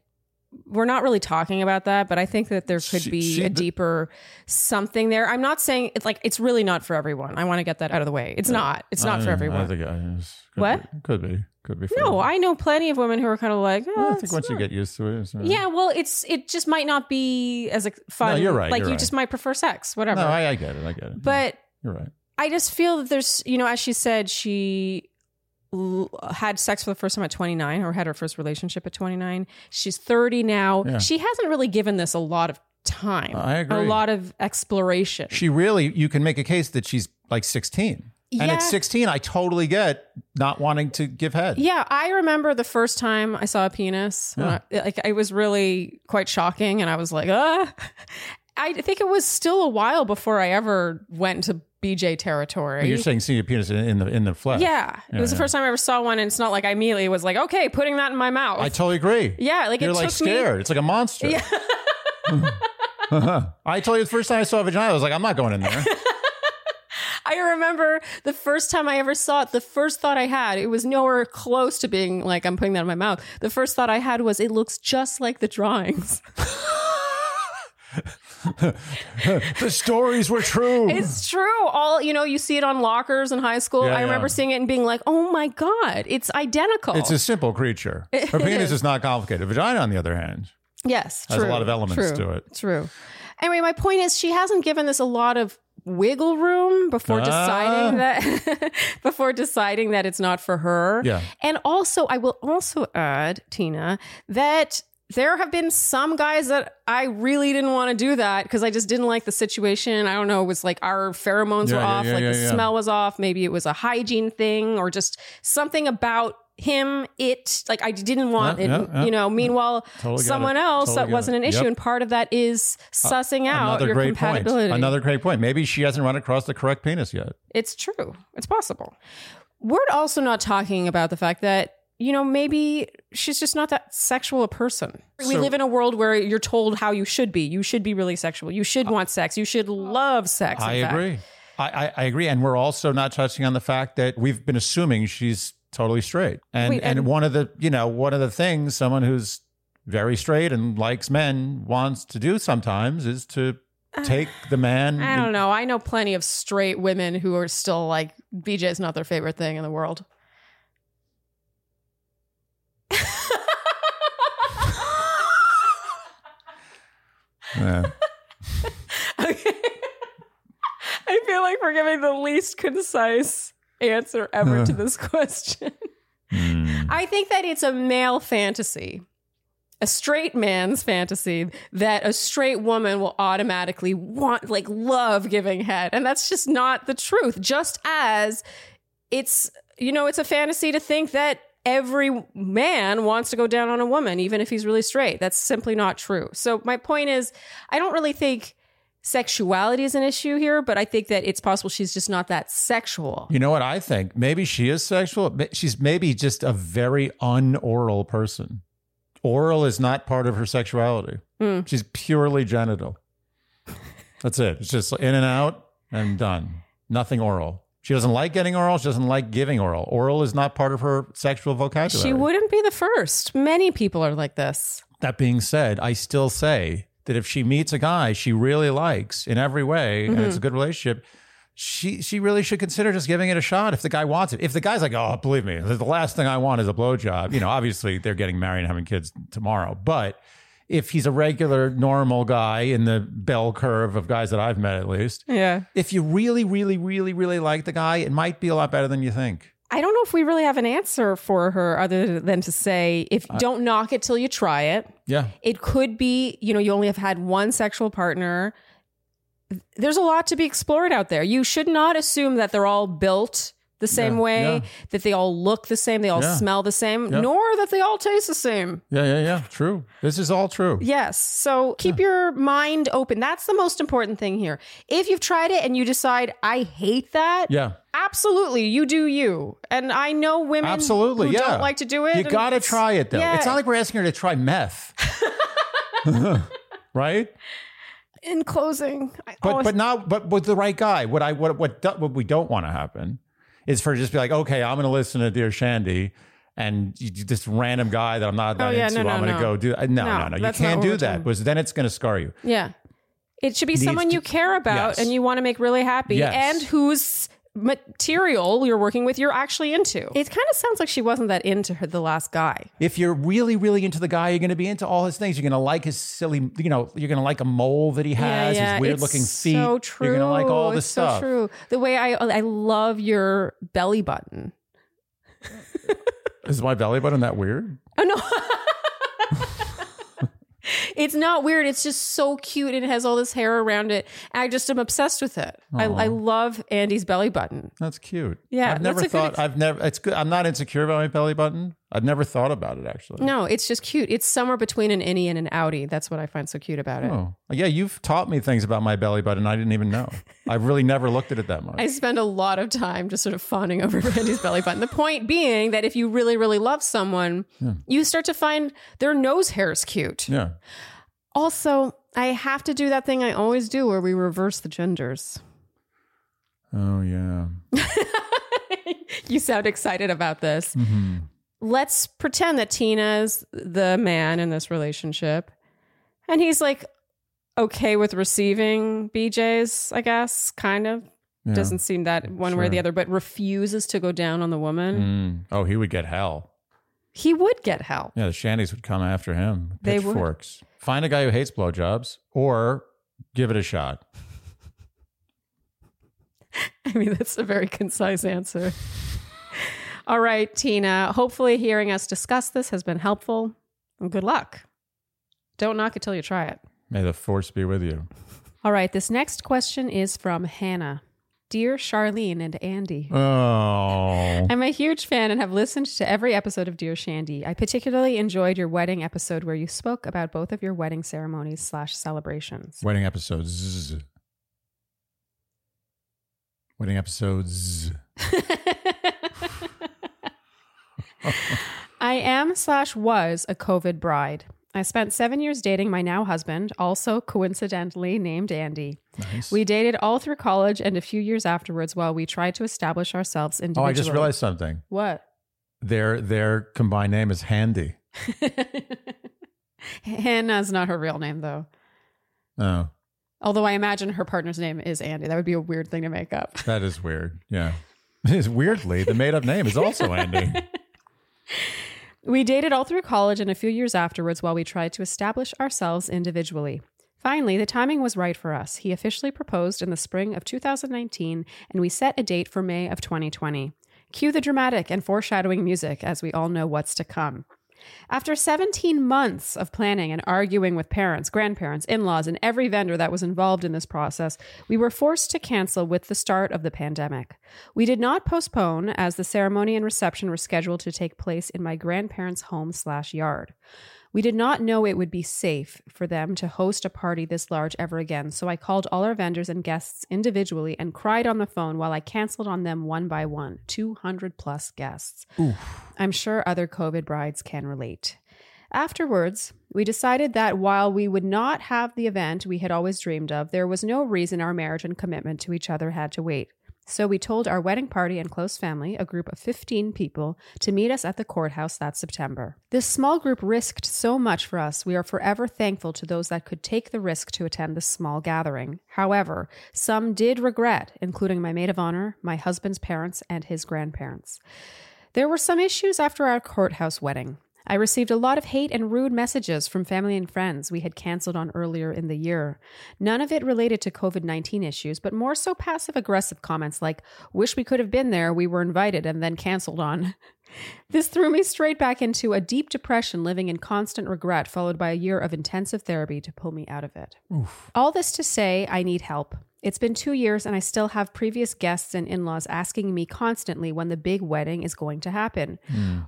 we're not really talking about that, but I think that there could She- be she- a deeper something there. I'm not saying it's like, it's really not for everyone. I want to get that out of the way. It's not. It's not for everyone. What? uh, could be. Could be. no, I know plenty of women who are kind of like, oh, I think it's once you not- get uh, used to it, it's not- Yeah, well, it's it just might not be as like, fun. you're right, Like you're you right. just might prefer sex, whatever. No, I, I get it. I get it. but you're right. I just feel that there's, you know, as she said, she l- had sex for the first time at 29 or had her first relationship at 29. She's 30 now. Yeah. She hasn't really given this a lot of time, I agree. a lot of exploration. she really you can make a case that she's like 16 and Yeah. at 16 i totally get not wanting to give head yeah, I remember the first time I saw a penis. when I- like it was really quite shocking, and I was like, ah. I think it was still a while before I ever went to BJ territory. you're saying see your penis in, in the in the flesh Yeah. It was the first time I ever saw one. And it's not like I immediately was like, okay, putting that in my mouth. i totally agree yeah. Like you're it like took scared it's like a monster i told you the first time i saw a vagina i was like i'm not going in there me. I remember the first time I ever saw it, the first thought I had, it was nowhere close to being like, I'm putting that in my mouth. The first thought I had was, it looks just like the drawings. the stories were true it's true. All, you know, you see it on lockers in high school. Yeah, I remember yeah. seeing it and being like, oh my God, it's identical. It's a simple creature her penis is. not complicated vagina on the other hand yes. has a true, lot of elements true. to it True. Anyway, my point is she hasn't given this a lot of wiggle room before Ah. deciding that before deciding that it's not for her. Yeah. And also I will also add, Tina, that there have been some guys that I really didn't want to do that because I just didn't like the situation. I don't know, it was like our pheromones Yeah, were yeah, off, yeah, like yeah, the yeah. smell was off, maybe it was a hygiene thing or just something about him, it like I didn't want Yeah, it, yeah, yeah. you know. Meanwhile, Totally get it. someone else Totally that get wasn't it. an issue, Yep. and part of that is sussing out Another your great point. compatibility. Another great point. Maybe she hasn't run across the correct penis yet. It's true. It's possible. We're also not talking about the fact that, you know, maybe she's just not that sexual a person. we So- live in a world where you're told how you should be. You should be really sexual. You should want sex. You should love sex. in Uh, I fact. agree. I, I, I agree. And we're also not touching on the fact that we've been assuming she's totally straight. And Wait, and, and- one of the you know, one of the things someone who's very straight and likes men wants to do sometimes is to take the man I don't know. I know plenty of straight women who are still like, BJ is not their favorite thing in the world. Yeah. Okay. I feel like we're giving the least concise answer ever to this question. Hmm. I think that it's a male fantasy, a straight man's fantasy that a straight woman will automatically want, like, love giving head. And that's just not the truth. Just as it's, you know, it's a fantasy to think that every man wants to go down on a woman, even if he's really straight. That's simply not true. So, my point is, I don't really think. Sexuality is an issue here, but I think that it's possible she's just not that sexual. You know what I think? Maybe she is sexual. Ma- She's maybe just a very unoral person. Oral is not part of her sexuality. Mm. She's purely genital. That's it. It's just in and out and done. Nothing oral. She doesn't like getting oral. She doesn't like giving oral. Oral is not part of her sexual vocabulary. She wouldn't be the first. Many people are like this. That being said, I still say that if she meets a guy she really likes in every way and it's a good relationship, she she really should consider just giving it a shot if the guy wants it. If the guy's like, oh, believe me, the last thing I want is a blowjob. You know, obviously they're getting married and having kids tomorrow, but if he's a regular normal guy in the bell curve of guys that I've met at least, Yeah. if you really, really, really, really like the guy, it might be a lot better than you think. I don't know if we really have an answer for her other than to say if don't knock it till you try it. Yeah. It could be, you know, you only have had one sexual partner. There's a lot to be explored out there. You should not assume that they're all built the same Yeah, way, yeah. that they all look the same, they all Yeah. smell the same, Yeah. nor that they all taste the same. Yeah, yeah, yeah. True. This is all true. Yes. So keep your mind open. That's the most important thing here. If you've tried it and you decide, I hate that, Yeah. Absolutely, you do you, and I know women Absolutely, who yeah. don't like to do it. You and gotta it's- try it though. yeah. It's not like we're asking her to try meth, right? Oh, In closing, I But always- but not but with the right guy. What I what what do- what we don't want to happen is for her to just be like, okay, I'm gonna listen to Dear Shandy. And you, you- this random guy that I'm not that Oh, yeah, into, no, no, I'm gonna no. go do. uh, No, no, No, no, You that's not can't what we're do doing. that because then it's gonna scar you. yeah, it should be someone to- you care about Yes. and you want to make really happy, Yes. and whose material you're working with you're actually into. It kind of sounds like she wasn't that into her, the last guy. If you're really, really into the guy, you're gonna be into all his things. You're gonna like his silly, you know, you're gonna like a mole that he has, yeah, his weird looking it's feet. So true. You're gonna like all this it's stuff. So true. The way I I love your belly button. Is my belly button that weird? Oh no. it's not weird. It's just so cute and it has all this hair around it. I just am obsessed with it. I, I love Andy's belly button. That's cute. Yeah, I've never that's a good thought. ex- I've never. It's good. I'm not insecure about my belly button. I've never thought about it actually. No, it's just cute. It's somewhere between an innie and an outie. That's what I find so cute about it. Oh, yeah. You've taught me things about my belly button I didn't even know. I've really never looked at it that much. I spend a lot of time just sort of fawning over Andy's belly button. The point being that if you really, really love someone, you start to find their nose hairs cute. yeah. Also, I have to do that thing I always do where we reverse the genders. Oh yeah. you sound excited about this. Let's pretend that Tina's the man in this relationship. And he's like okay with receiving BJ's, I guess, kind of. Yeah. Doesn't seem that one way or the Sure. other, but refuses to go down on the woman. Mm. Oh, he would get hell. He would get help. Yeah, the shanties would come after him. They would. Pitchforks. Find a guy who hates blowjobs or give it a shot. I mean, that's a very concise answer. All right, Tina. Hopefully, hearing us discuss this has been helpful. And good luck. Don't knock it till you try it. May the force be with you. All right, this next question is from Hannah. Dear Charlene and Andy, Oh. I'm a huge fan and have listened to every episode of Dear Shandy. I particularly enjoyed your wedding episode where you spoke about both of your wedding ceremonies slash celebrations. Wedding episodes. Wedding episodes. I am slash was a COVID bride. I spent seven years dating my now husband, also coincidentally named Andy. Nice. We dated all through college and a few years afterwards while we tried to establish ourselves oh, individually. I just realized something. What? Their their combined name is Handy. Hannah's not her real name, though. Oh, Although I imagine her partner's name is Andy. That would be a weird thing to make up. that is weird. Yeah. It's weirdly the made up name is also Andy. We dated all through college and a few years afterwards while we tried to establish ourselves individually. Finally, the timing was right for us. He officially proposed in the spring of 2019, and we set a date for May of 2020. Cue the dramatic and foreshadowing music as we all know what's to come. After 17 months of planning and arguing with parents, grandparents, in laws, and every vendor that was involved in this process, we were forced to cancel with the start of the pandemic. We did not postpone, as the ceremony and reception were scheduled to take place in my grandparents' home slash yard. We did not know it would be safe for them to host a party this large ever again, so I called all our vendors and guests individually and cried on the phone while I canceled on them one by one 200 plus guests. I'm sure other COVID brides can relate. Afterwards, we decided that while we would not have the event we had always dreamed of, there was no reason our marriage and commitment to each other had to wait. So we told our wedding party and close family, a group of 15 people, to meet us at the courthouse that September. This small group risked so much for us. We are forever thankful to those that could take the risk to attend this small gathering. However, some did regret, including my maid of honor, my husband's parents, and his grandparents. There were some issues after our courthouse wedding. I received a lot of hate and rude messages from family and friends we had canceled on earlier in the year. None of it related to COVID 19 issues, but more so passive aggressive comments like, Wish we could have been there, we were invited and then canceled on. This threw me straight back into a deep depression, living in constant regret, followed by a year of intensive therapy to pull me out of it. All this to say, I need help. It's been two years, and I still have previous guests and in laws asking me constantly when the big wedding is going to happen.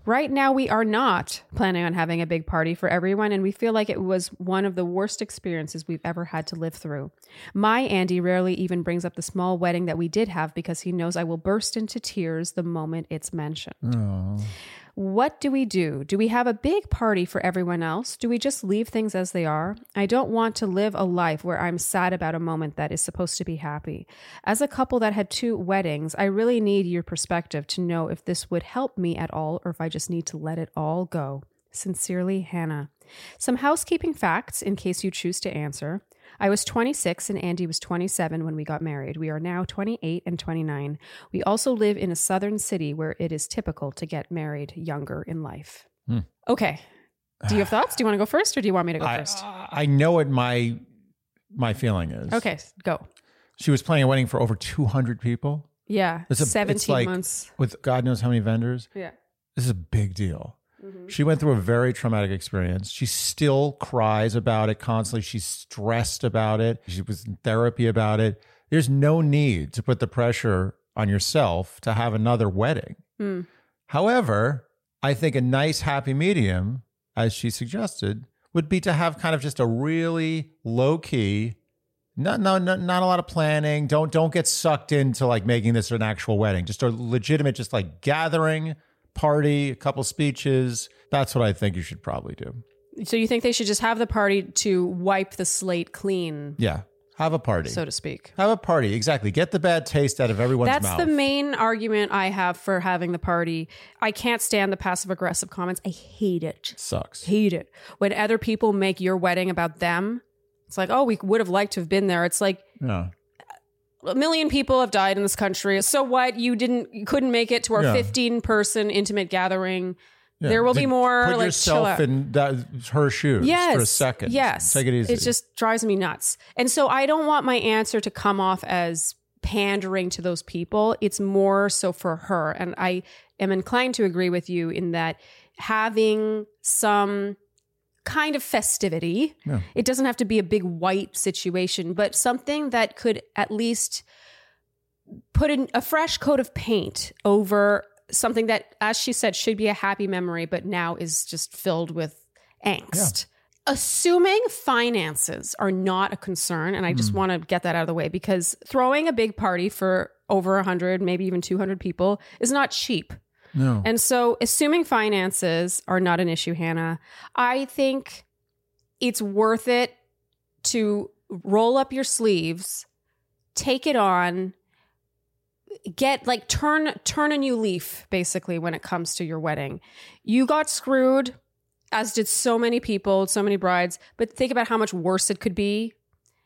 Right now, we are not planning on having a big party for everyone, and we feel like it was one of the worst experiences we've ever had to live through. My Andy rarely even brings up the small wedding that we did have because he knows I will burst into tears the moment it's mentioned. Oh. What do we do? Do we have a big party for everyone else? Do we just leave things as they are? I don't want to live a life where I'm sad about a moment that is supposed to be happy. As a couple that had two weddings, I really need your perspective to know if this would help me at all or if I just need to let it all go. Sincerely, Hannah. Some housekeeping facts in case you choose to answer. I was 26 and Andy was 27 when we got married. We are now 28 and 29. We also live in a southern city where it is typical to get married younger in life. Hmm. Okay. Do you have thoughts? Do you want to go first or do you want me to go I, first? I know what my my feeling is. Okay, go. She was planning a wedding for over 200 people Yeah. It's a- it's 17 like- months. with God knows how many vendors. Yeah. This is a big deal. Mhm. She went through a very traumatic experience. She still cries about it constantly. She's stressed about it. She was in therapy about it. There's no need to put the pressure on yourself to have another wedding. Mm. However, I think a nice happy medium, as she suggested, would be to have kind of just a really low key, not no not, not a lot of planning. Don't don't get sucked into like making this an actual wedding. Just a legitimate, just like gathering, party, a couple speeches. That's what I think you should probably do. So you think they should just have the party to wipe the slate clean, Yeah, have a party. so to speak? have a party. Exactly. Get the bad taste out of everyone's That's mouth. the main argument I have for having the party. I can't stand the passive aggressive comments. I hate it. Sucks. Hate it. When other people make your wedding about them, it's like, oh, we would have liked to have been there. It's like Yeah. a million people have died in this country. So what? You didn't you couldn't make it to our Yeah. 15 person intimate gathering. Yeah. There will Then be more Put like chill yourself out. in that, her shoes yes, for a second. Yes. Take it easy. It just drives me nuts. And so I don't want my answer to come off as pandering to those people. It's more so for her. And I am inclined to agree with you in that having some kind of festivity, Yeah. it doesn't have to be a big white situation, but something that could at least put in a fresh coat of paint over something that, as she said, should be a happy memory, but now is just filled with angst. Assuming finances are not a concern, and I just want to get that out of the way because throwing a big party for over 100, maybe even 200 people is not cheap. No. And so, assuming finances are not an issue, Hannah, I think it's worth it to roll up your sleeves, take it on, get like turn turn a new leaf basically when it comes to your wedding. You got screwed as did so many people, so many brides, but think about how much worse it could be.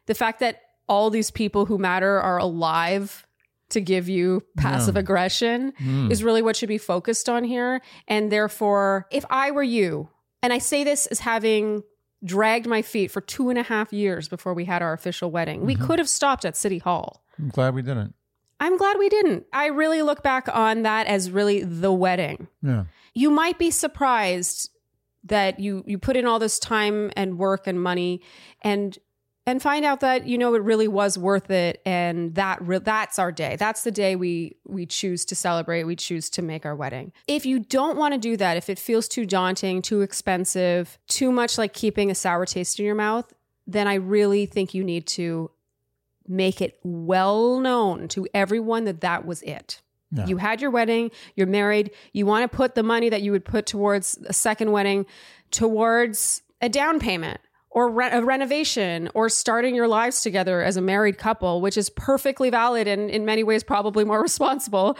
The fact that all these people who matter are alive to give you passive aggression Mm. is really what should be focused on here. And therefore, if I were you, and I say this as having dragged my feet for two and a half years before we had our official wedding, we could have stopped at City Hall. I'm glad we didn't. I'm glad we didn't. I really look back on that as really the wedding. Yeah. You might be surprised that you you put in all this time and work and money and and find out that you know it really was worth it and that re- that's our day that's the day we we choose to celebrate we choose to make our wedding if you don't want to do that if it feels too daunting too expensive too much like keeping a sour taste in your mouth then i really think you need to make it well known to everyone that that was it Yeah. you had your wedding you're married you want to put the money that you would put towards a second wedding towards a down payment or re- a renovation or starting your lives together as a married couple, which is perfectly valid and in many ways probably more responsible,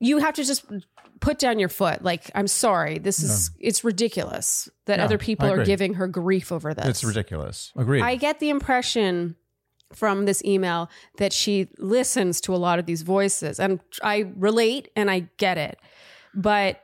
you have to just put down your foot. Like, I'm sorry, this is it's ridiculous that Yeah, other I people are agree. giving her grief over this. It's ridiculous. Agreed. I get the impression from this email that she listens to a lot of these voices and I relate and I get it. But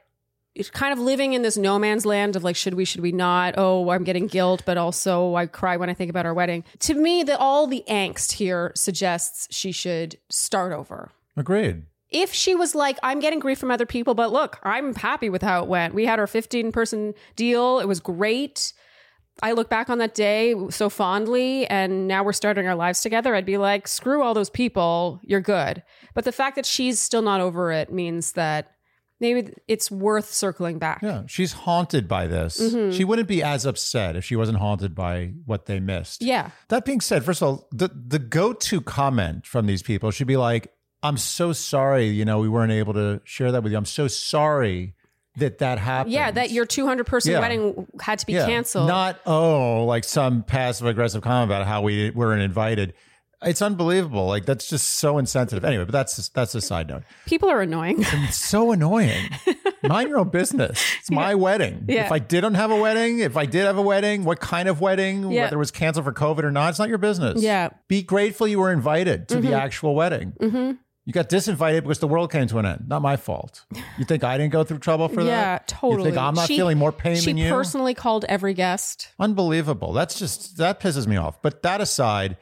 it's kind of living in this no man's land of like should we should we not? Oh, I'm getting guilt, but also I cry when I think about our wedding. To me, that all the angst here suggests she should start over Agreed. if she was like, I'm getting grief from other people, but look, I'm happy with how it went. We had our 15 person deal, it was great. I look back on that day so fondly, and now we're starting our lives together. I'd be like, screw all those people, you're good. But the fact that she's still not over it means that maybe it's worth circling back. Yeah. She's haunted by this. Mm-hmm. She wouldn't be as upset if she wasn't haunted by what they missed. Yeah. That being said, first of all, the, the go to comment from these people should be like, I'm so sorry, you know, we weren't able to share that with you. I'm so sorry that that happened. Yeah, that your 200 person Yeah. wedding had to be Yeah. canceled. Not, oh, like some passive aggressive comment about how we weren't invited. It's unbelievable. Like, that's just so insensitive. Anyway, but that's that's a side note. people are annoying. It's so annoying. Mind your own business. It's my wedding. Yeah. If I didn't have a wedding, if I did have a wedding, what kind of wedding, Yeah. whether it was canceled for COVID or not, it's not your business. Yeah. Mm-hmm. Be grateful you were invited to the actual wedding. You got disinvited because the world came to an end. Not my fault. You think I didn't go through trouble for yeah, that? totally. You think I'm not She- feeling more pain She than you? personally called every guest. Unbelievable. That's just that pisses me off. But that aside,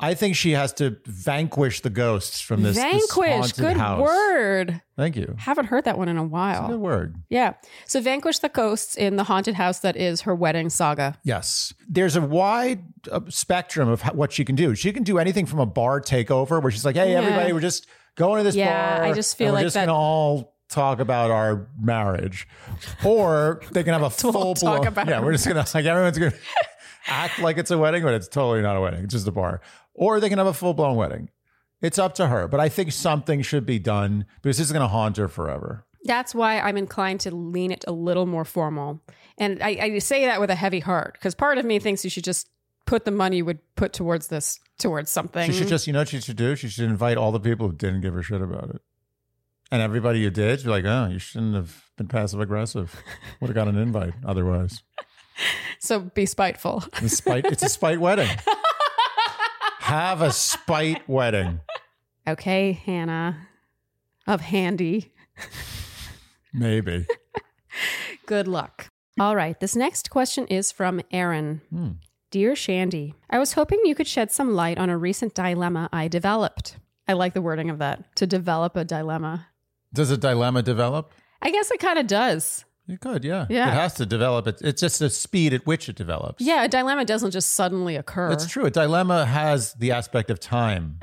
I think she has to vanquish the ghosts from this this Vanquish. haunted Good house. word. Thank you. Haven't heard that one in a Good while. word. Yeah. So Vanquish the Ghosts in the haunted house that is her wedding saga. Yes. There's a wide uh, spectrum of ho- what she can do. She can do anything from a bar takeover where she's like, hey, Yeah. everybody, we're just going to this Yeah, bar. I just feel and like we're just that- going to all talk about our marriage. Or they can have a all full talk blown. about yeah, our we're just going to, like, everyone's going to act like it's a wedding, but it's totally not a wedding. It's just a bar. Or they can have a full blown wedding. It's up to her. But I think something should be done because this is going to haunt her forever. That's why I'm inclined to lean it a little more formal. And I, I say that with a heavy heart because part of me thinks you should just put the money you would put towards this towards something. She should just, you know what she should do? She should invite all the people who didn't give a shit about it. And everybody who did, she'd be like, oh, you shouldn't have been passive aggressive. Would have got an invite otherwise. so be spiteful. It's, spite, it's a spite wedding. Have a spite wedding. okay, Hannah of Handy. Maybe. Good luck. All right. This next question is from Aaron. Hmm. Dear Shandy, I was hoping you could shed some light on a recent dilemma I developed. I like the wording of that to develop a dilemma. Does a dilemma develop? I guess it kind of does. It could, yeah. Yeah. It has to develop. It, it's just the speed at which it develops. Yeah, a dilemma doesn't just suddenly occur. That's true. A dilemma has the aspect of time.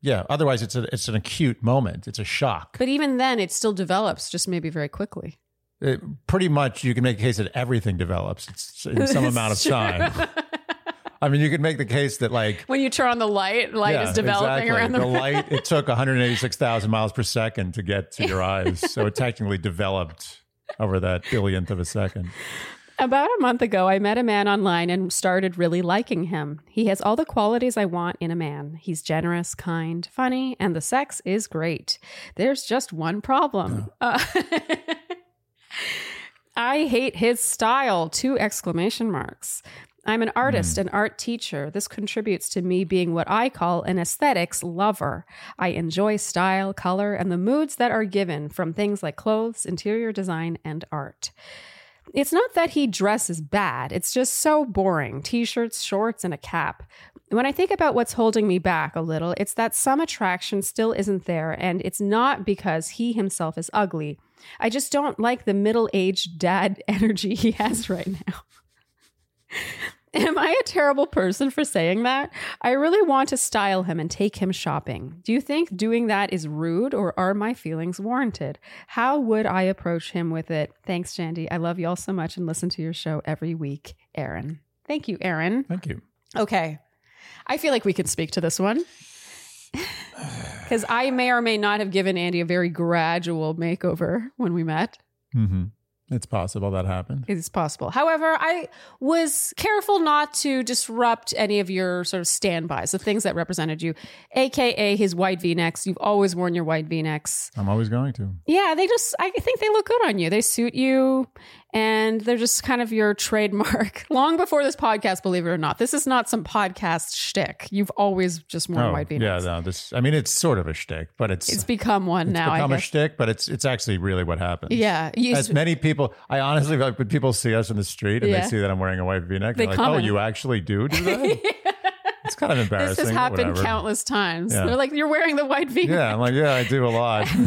Yeah. Otherwise, it's, a, it's an acute moment, it's a shock. But even then, it still develops, just maybe very quickly. It- pretty much, you can make a case that everything develops It's in some amount of It's true. time. I mean, you could make the case that, like, when you turn on the light, light Yeah, is developing exactly. around the, the light. It took 186,000 miles per second to get to your eyes, so it technically developed over that billionth of a second. About a month ago, I met a man online and started really liking him. He has all the qualities I want in a man. He's generous, kind, funny, and the sex is great. There's just one problem. Uh, I hate his style. Two exclamation marks. I'm an artist, an art teacher. This contributes to me being what I call an aesthetics lover. I enjoy style, color, and the moods that are given from things like clothes, interior design, and art. It's not that he dresses bad, it's just so boring t shirts, shorts, and a cap. When I think about what's holding me back a little, it's that some attraction still isn't there, and it's not because he himself is ugly. I just don't like the middle aged dad energy he has right now. Am I a terrible person for saying that? I really want to style him and take him shopping. Do you think doing that is rude or are my feelings warranted? How would I approach him with it? Thanks, Jandy. I love y'all so much and listen to your show every week, Aaron. Thank you, Aaron. Thank you. Okay. I feel like we could speak to this one. Because I may or may not have given Andy a very gradual makeover when we met. hmm It's possible that happened. It's possible. However, I was careful not to disrupt any of your sort of standbys, the things that represented you, AKA his white v necks. You've always worn your white v necks. I'm always going to. Yeah, they just, I think they look good on you. They suit you and they're just kind of your trademark. Long before this podcast, believe it or not, this is not some podcast shtick. You've always just worn white v Oh, yeah, necks. no. This, I mean, it's sort of a shtick, but it's, It's become one now, become I a guess. shtick, but it's it's actually really what happens. yeah. You- As many people, I honestly like when people see us in the street and Yeah. they see that I'm wearing a white V-neck, They they're like, "Oh, comment. you actually do do that." It's kind of embarrassing. this has but happened whatever. countless times. Yeah. They're like, you're wearing the white v neck. Yeah, I'm like, yeah, I do a lot.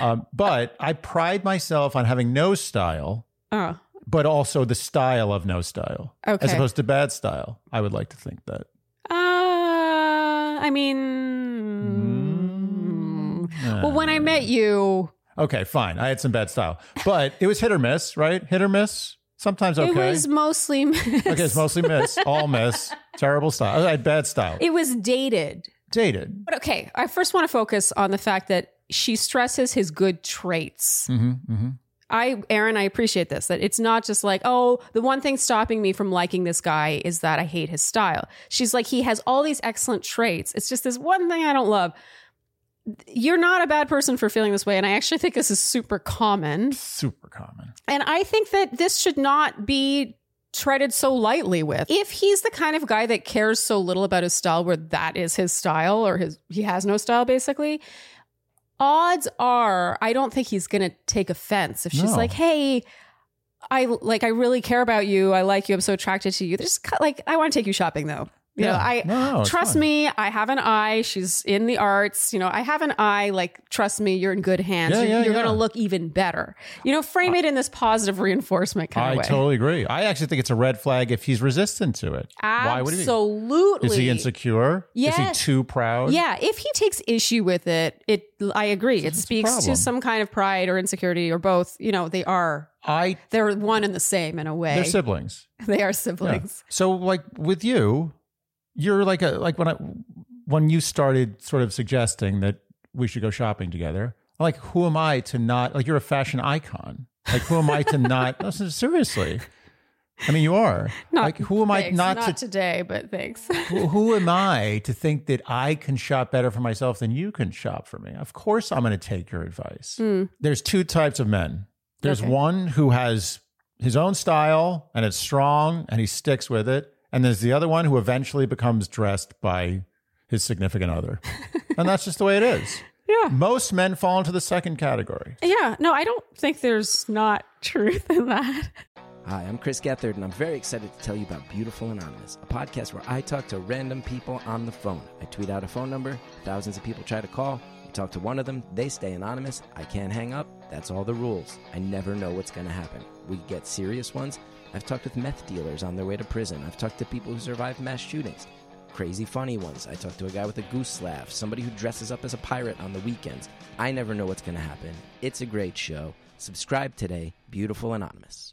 um, but I pride myself on having no style, Oh, but also the style of no style, okay. as opposed to bad style. I would like to think that. Uh, I mean, Mm. Mm. well, when I met you, Okay, fine. I had some bad style, but it was hit or miss, right? Hit or miss. Sometimes okay. it was mostly miss. okay, it's mostly miss. All miss. Terrible style. I had bad style. it was dated. Dated. But okay, I first want to focus on the fact that she stresses his good traits. hmm hmm I, Aaron, I appreciate this. That it's not just like, oh, the one thing stopping me from liking this guy is that I hate his style. She's like, he has all these excellent traits. It's just this one thing I don't love. You're not a bad person for feeling this way. And I actually think this is super common. Super common. And I think that this should not be treaded so lightly with. If he's the kind of guy that cares so little about his style where that is his style or his he has no style basically, odds are I don't think he's going to take offense if she's No. like, "Hey, I like I really care about you. I like you. I'm so attracted to you. There's cut- like I want to take you shopping though." You know, Yeah. I No, no, Oh, it's trust fine. me, I have an eye. She's in the arts. You know, I have an eye. Like, trust me, you're in good hands. Yeah, you're yeah, going to yeah. look even better. You know, frame it in this positive reinforcement kind I of way. totally agree. I actually think it's a red flag if he's resistant to it. Why would he? be? Absolutely. Is he insecure? Yes. Is he too proud? Yeah, if he takes issue with it, it I agree. It speaks to problem. some kind of pride or insecurity or both. You know, they are I they're one and the same in a way. they're siblings. they are Yeah. siblings. So like with you, you're like a like when I when you started sort of suggesting that we should go shopping together, like who am I to not like you're a fashion icon. Like who am I to not no, ser- seriously? I mean you are. Not like who am I Thanks. not, to today, but thanks. who, who am I to think that I can shop better for myself than you can shop for me? Of course, I'm going to take your advice. There's two types of men. There's Mm. Okay. one who has his own style and it's strong and he sticks with it. And there's the other one who eventually becomes dressed by his significant other. and that's just the way it is. Yeah. Most men fall into the second category. yeah. No, I don't think there's not truth in that. Hi, I'm Chris Gethard, and I'm very excited to tell you about Beautiful Anonymous, a podcast where I talk to random people on the phone. I tweet out a phone number, thousands of people try to call. You talk to one of them, they stay anonymous. I can't hang up. That's all the rules. I never know what's going to happen. We get serious ones. I've talked with meth dealers on their way to prison. I've talked to people who survived mass shootings crazy funny ones. I talked to a guy with a goose laugh, somebody who dresses up as a pirate on the weekends. I never know what's going to happen. It's a great show. Subscribe today, Beautiful Anonymous.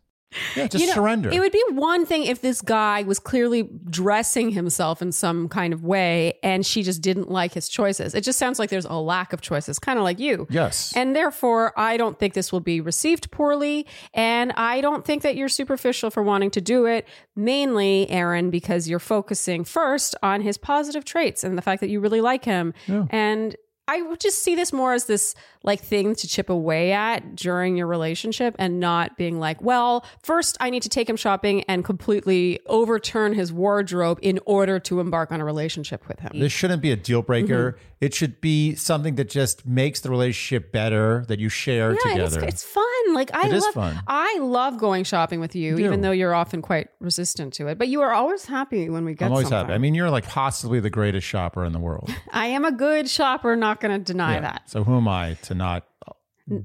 Yeah, just You know, surrender. It would be one thing if this guy was clearly dressing himself in some kind of way and she just didn't like his choices. It just sounds like there's a lack of choices, kind of like you. yes. And therefore, I don't think this will be received poorly. And I don't think that you're superficial for wanting to do it, mainly, Aaron, because you're focusing first on his positive traits and the fact that you really like him. And I would just see this more as this like thing to chip away at during your relationship and not being like, well, first I need to take him shopping and completely overturn his wardrobe in order to embark on a relationship with him. This shouldn't be a deal breaker. Mm-hmm. It should be something that just makes the relationship better that you share Yeah, and together. It's, it's fun. Like I It is love fun. I love going shopping with you, do. even though you're often quite resistant to it. But you are always happy when we get I'm always something. happy. I mean, you're like possibly the greatest shopper in the world. I am a good shopper, not gonna deny Yeah. that. So who am I to not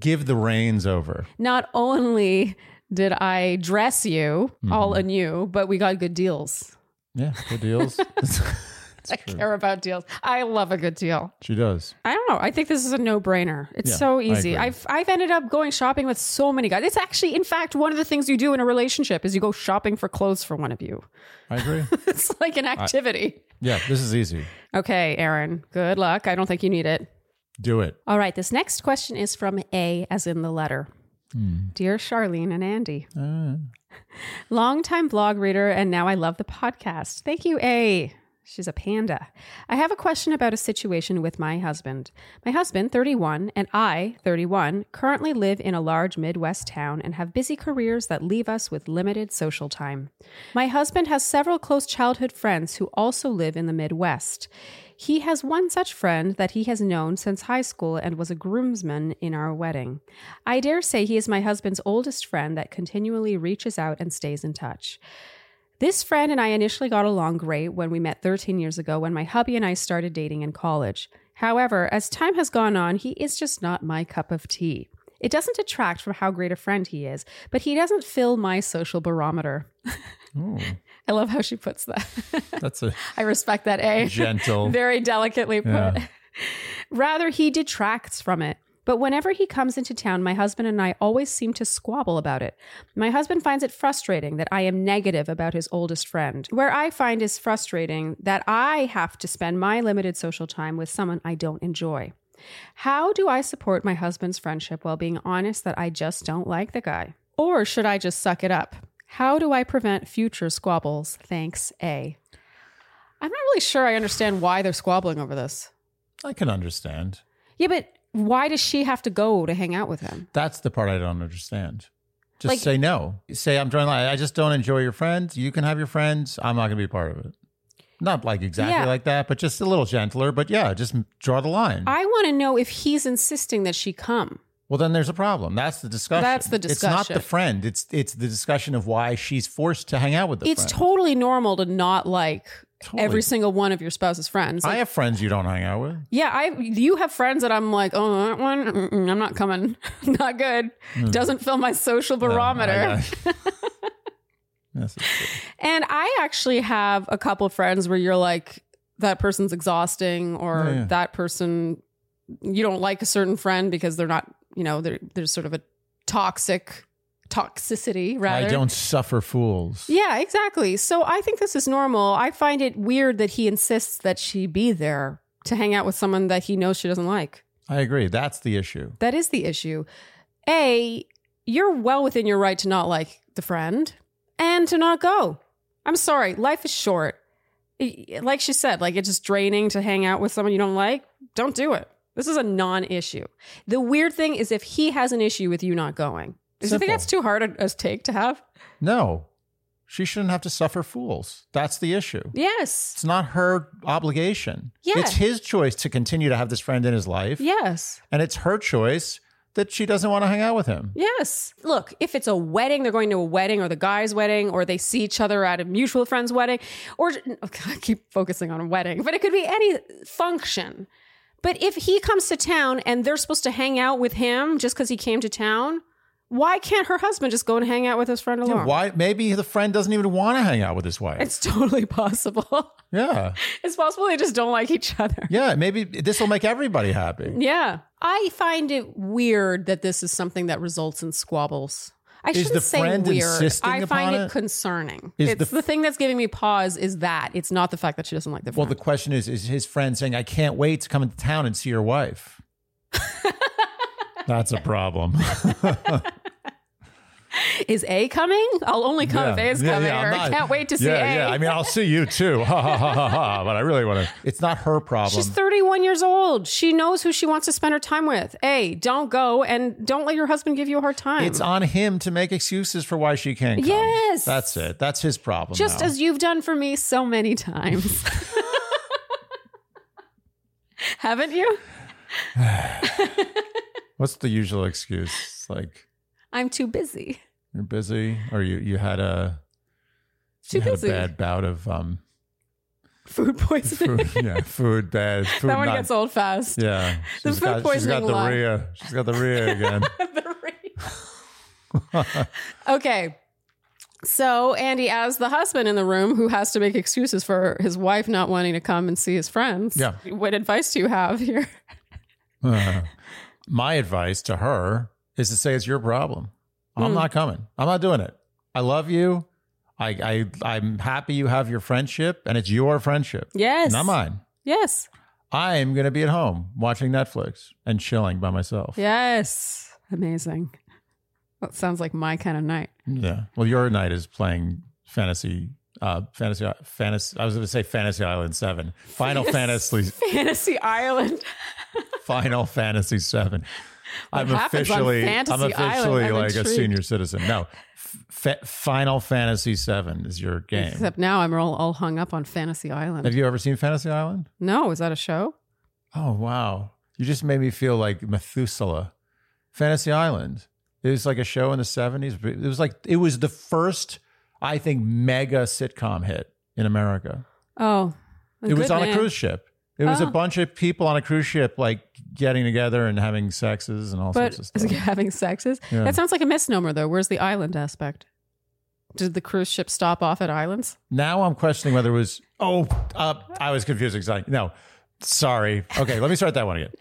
give the reins over? Not only did I dress you all Mm-hmm. anew, but we got good deals. Yeah, good deals. I care about deals. I love a good deal. she does. I don't know. I think this is a no-brainer. It's Yeah, so I easy. agree. I've I've ended up going shopping with so many guys. It's actually, in fact, one of the things you do in a relationship is you go shopping for clothes for one of you. I agree. It's like an activity. yeah, this is easy. Okay, Aaron, good luck. I don't think you need it. Do it. All right, this next question is from A, as in the letter. Dear Charlene and Andy, longtime blog reader, and now I love the podcast. Thank you, A. She's a panda. I have a question about a situation with my husband. My husband, 31, and I, 31, currently live in a large Midwest town and have busy careers that leave us with limited social time. My husband has several close childhood friends who also live in the Midwest. He has one such friend that he has known since high school and was a groomsman in our wedding. I dare say he is my husband's oldest friend that continually reaches out and stays in touch. This friend and I initially got along great when we met 13 years ago when my hubby and I started dating in college. However, as time has gone on, he is just not my cup of tea. It doesn't detract from how great a friend he is, but he doesn't fill my social barometer. Ooh, I love how she puts that. that's a I respect that, eh? A. gentle. Very delicately put. Yeah. Rather, he detracts from it. But whenever he comes into town, my husband and I always seem to squabble about it. My husband finds it frustrating that I am negative about his oldest friend, where I find is frustrating that I have to spend my limited social time with someone I don't enjoy. How do I support my husband's friendship while being honest that I just don't like the guy? Or should I just suck it up? How do I prevent future squabbles? Thanks, A. I'm not really sure I understand why they're squabbling over this. I can understand. Yeah, but why does she have to go to hang out with him? That's the part I don't understand. Just Like- say no. Say I'm drawing a line. I just don't enjoy your friends. You can have your friends. I'm not going to be a part of it. Not like exactly Yeah. like that, but just a little gentler. But yeah, just draw the line. I want to know if he's insisting that she come. well, then there's a problem. That's the discussion. That's the It's not the discussion. friend. It's it's the discussion of why she's forced to hang out with the it's friend. totally normal to not like Totally. every single one of your spouse's friends. I Like, have friends you don't hang out with. yeah, I you have friends that I'm like, oh, that one, mm-mm, I'm not coming. not good. Doesn't fill my social No, I- barometer. I- Yes, it's true. and I actually have a couple friends where you're like, that person's exhausting, or Yeah, yeah. that person, you don't like a certain friend because they're not, you know, they're- there's sort of a toxic toxicity rather. I don't suffer fools. Yeah, exactly. So I think this is normal. I find it weird that he insists that she be there to hang out with someone that he knows she doesn't like. I agree. That's the issue. That is the issue. A, you're well within your right to not like the friend and to not go. I'm sorry, life is short. I- Like she said, like it's just draining to hang out with someone you don't like. Don't do it. This is a non issue. The weird thing is if he has an issue with you not going. Do you think Simple. that's too hard a, a take to have? No, she shouldn't have to suffer fools. That's the issue. Yes. It's not her obligation. Yeah. It's his choice to continue to have this friend in his life. Yes. And it's her choice that she doesn't want to hang out with him. Yes. Look, if it's a wedding, they're going to a wedding or the guy's wedding or they see each other at a mutual friend's wedding or I keep focusing on a wedding, but it could be any function. But if he comes to town and they're supposed to hang out with him just because he came to town, why can't her husband just go and hang out with his friend alone? Why? Maybe the friend doesn't even want to hang out with his wife. It's totally possible. yeah. it's possible they just don't like each other. Yeah. Maybe this will make everybody happy. Yeah. I find it weird that this is something that results in squabbles. I Is shouldn't the say friend weird. insisting I upon find it, it? concerning. Is it's the the, f- thing that's giving me pause is that. It's not the fact that she doesn't like the Well, friend. the question is is his friend saying, I can't wait to come into town and see your wife? That's a problem. is A coming? I'll only come if A is coming. yeah, or I'm I not- can't wait to see yeah, A. Yeah, I mean, I'll see you too. Ha ha ha ha ha. But I really want to. It's not her problem. She's 31 years old. She knows who she wants to spend her time with. A, don't go and don't let your husband give you a hard time. it's on him to make excuses for why she can't come. Yes. That's it. That's his problem. just now. as you've done for me so many times. Haven't you? What's the usual excuse? It's Like, I'm too busy. you're busy or you, you had a. Too you had busy. a bad bout of um, Food poisoning. food, yeah, food bad. Food that one not- gets old fast. Yeah, The she's food got, she's got poisoning lie. diarrhea. She's got diarrhea again. The ring. okay. So Andy, as the husband in the room who has to make excuses for his wife not wanting to come and see his friends, Yeah. what advice do you have here? Uh, my advice to her is to say it's your problem. I'm Mm. not coming. I'm not doing it. I love you. I, I I'm happy you have your friendship and it's your friendship, Yes. not mine. Yes. I am gonna be at home watching Netflix and chilling by myself. Yes. Amazing. That sounds like my kind of night. Yeah. Well, your night is playing fantasy. Uh, fantasy, fantasy. I was going to say Fantasy Island Seven, Final Fantasy, Fantasy Island. Final Fantasy Seven. I'm happens on officially, I'm Fantasy officially Island? I'm like a intrigued. senior citizen. No, F- Final Fantasy Seven is your game. Except now I'm all, all hung up on Fantasy Have Island. you ever seen Fantasy Island? No, is that a show? Oh wow, you just made me feel like Methuselah. Fantasy Island. It was like a show in the '70s. It was like it was the first, I think, mega sitcom hit in America. Oh. It was good on a man. cruise ship. It was a Oh. bunch of people on a cruise ship, like getting together and having sexes and all but sorts of stuff. having sexes Yeah. that sounds like a misnomer though where's the island aspect did the cruise ship stop off at islands Now I'm questioning whether it was. Oh, uh, I was confused. Exactly. No, sorry. Okay, let me start that one again.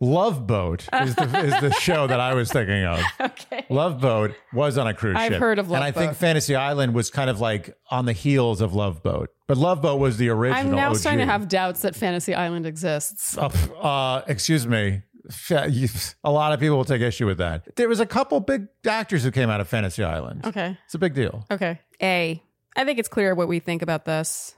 Love Boat is the, is the show that I was thinking of. okay Love Boat was on a cruise I've ship. heard of Love and I Boat. think Fantasy Island was kind of like on the heels of Love Boat, but Love Boat was the original. i'm now OG. starting to have doubts that fantasy island exists Uh, pff, uh, excuse me. You- A lot of people will take issue with that. There was a couple big actors who came out of Fantasy Island. okay It's a big deal. okay a i think it's clear what we think about this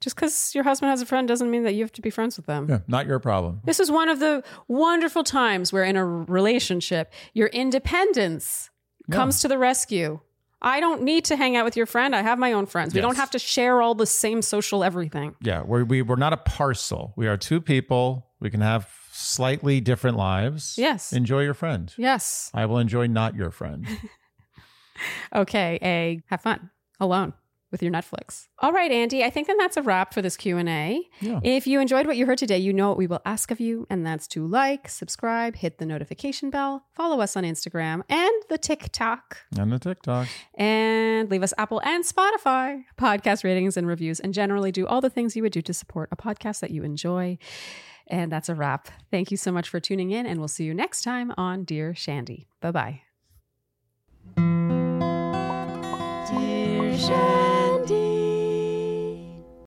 just because your husband has a friend doesn't mean that you have to be friends with them Yeah, not your problem. This is one of the wonderful times where in a relationship, your independence comes to the rescue. I don't need to hang out with your friend. I have my own friends. We Yes. don't have to share all the same social everything. Yeah, we're, we, we're not a parcel. We are two people. We can have slightly different lives. Yes. Enjoy your friend. Yes. I will enjoy not your friend. Okay, a have fun alone with your Netflix. All right, Andy, I think then that's a wrap for this Q&A. Yeah. If you enjoyed what you heard today, you know what we will ask of you, and that's to like, subscribe, hit the notification bell, follow us on Instagram and the TikTok. and the TikTok. and leave us Apple and Spotify podcast ratings and reviews, and generally do all the things you would do to support a podcast that you enjoy. And that's a wrap. Thank you so much for tuning in, and we'll see you next time on Dear Shandy. Bye bye. Dear Shandy.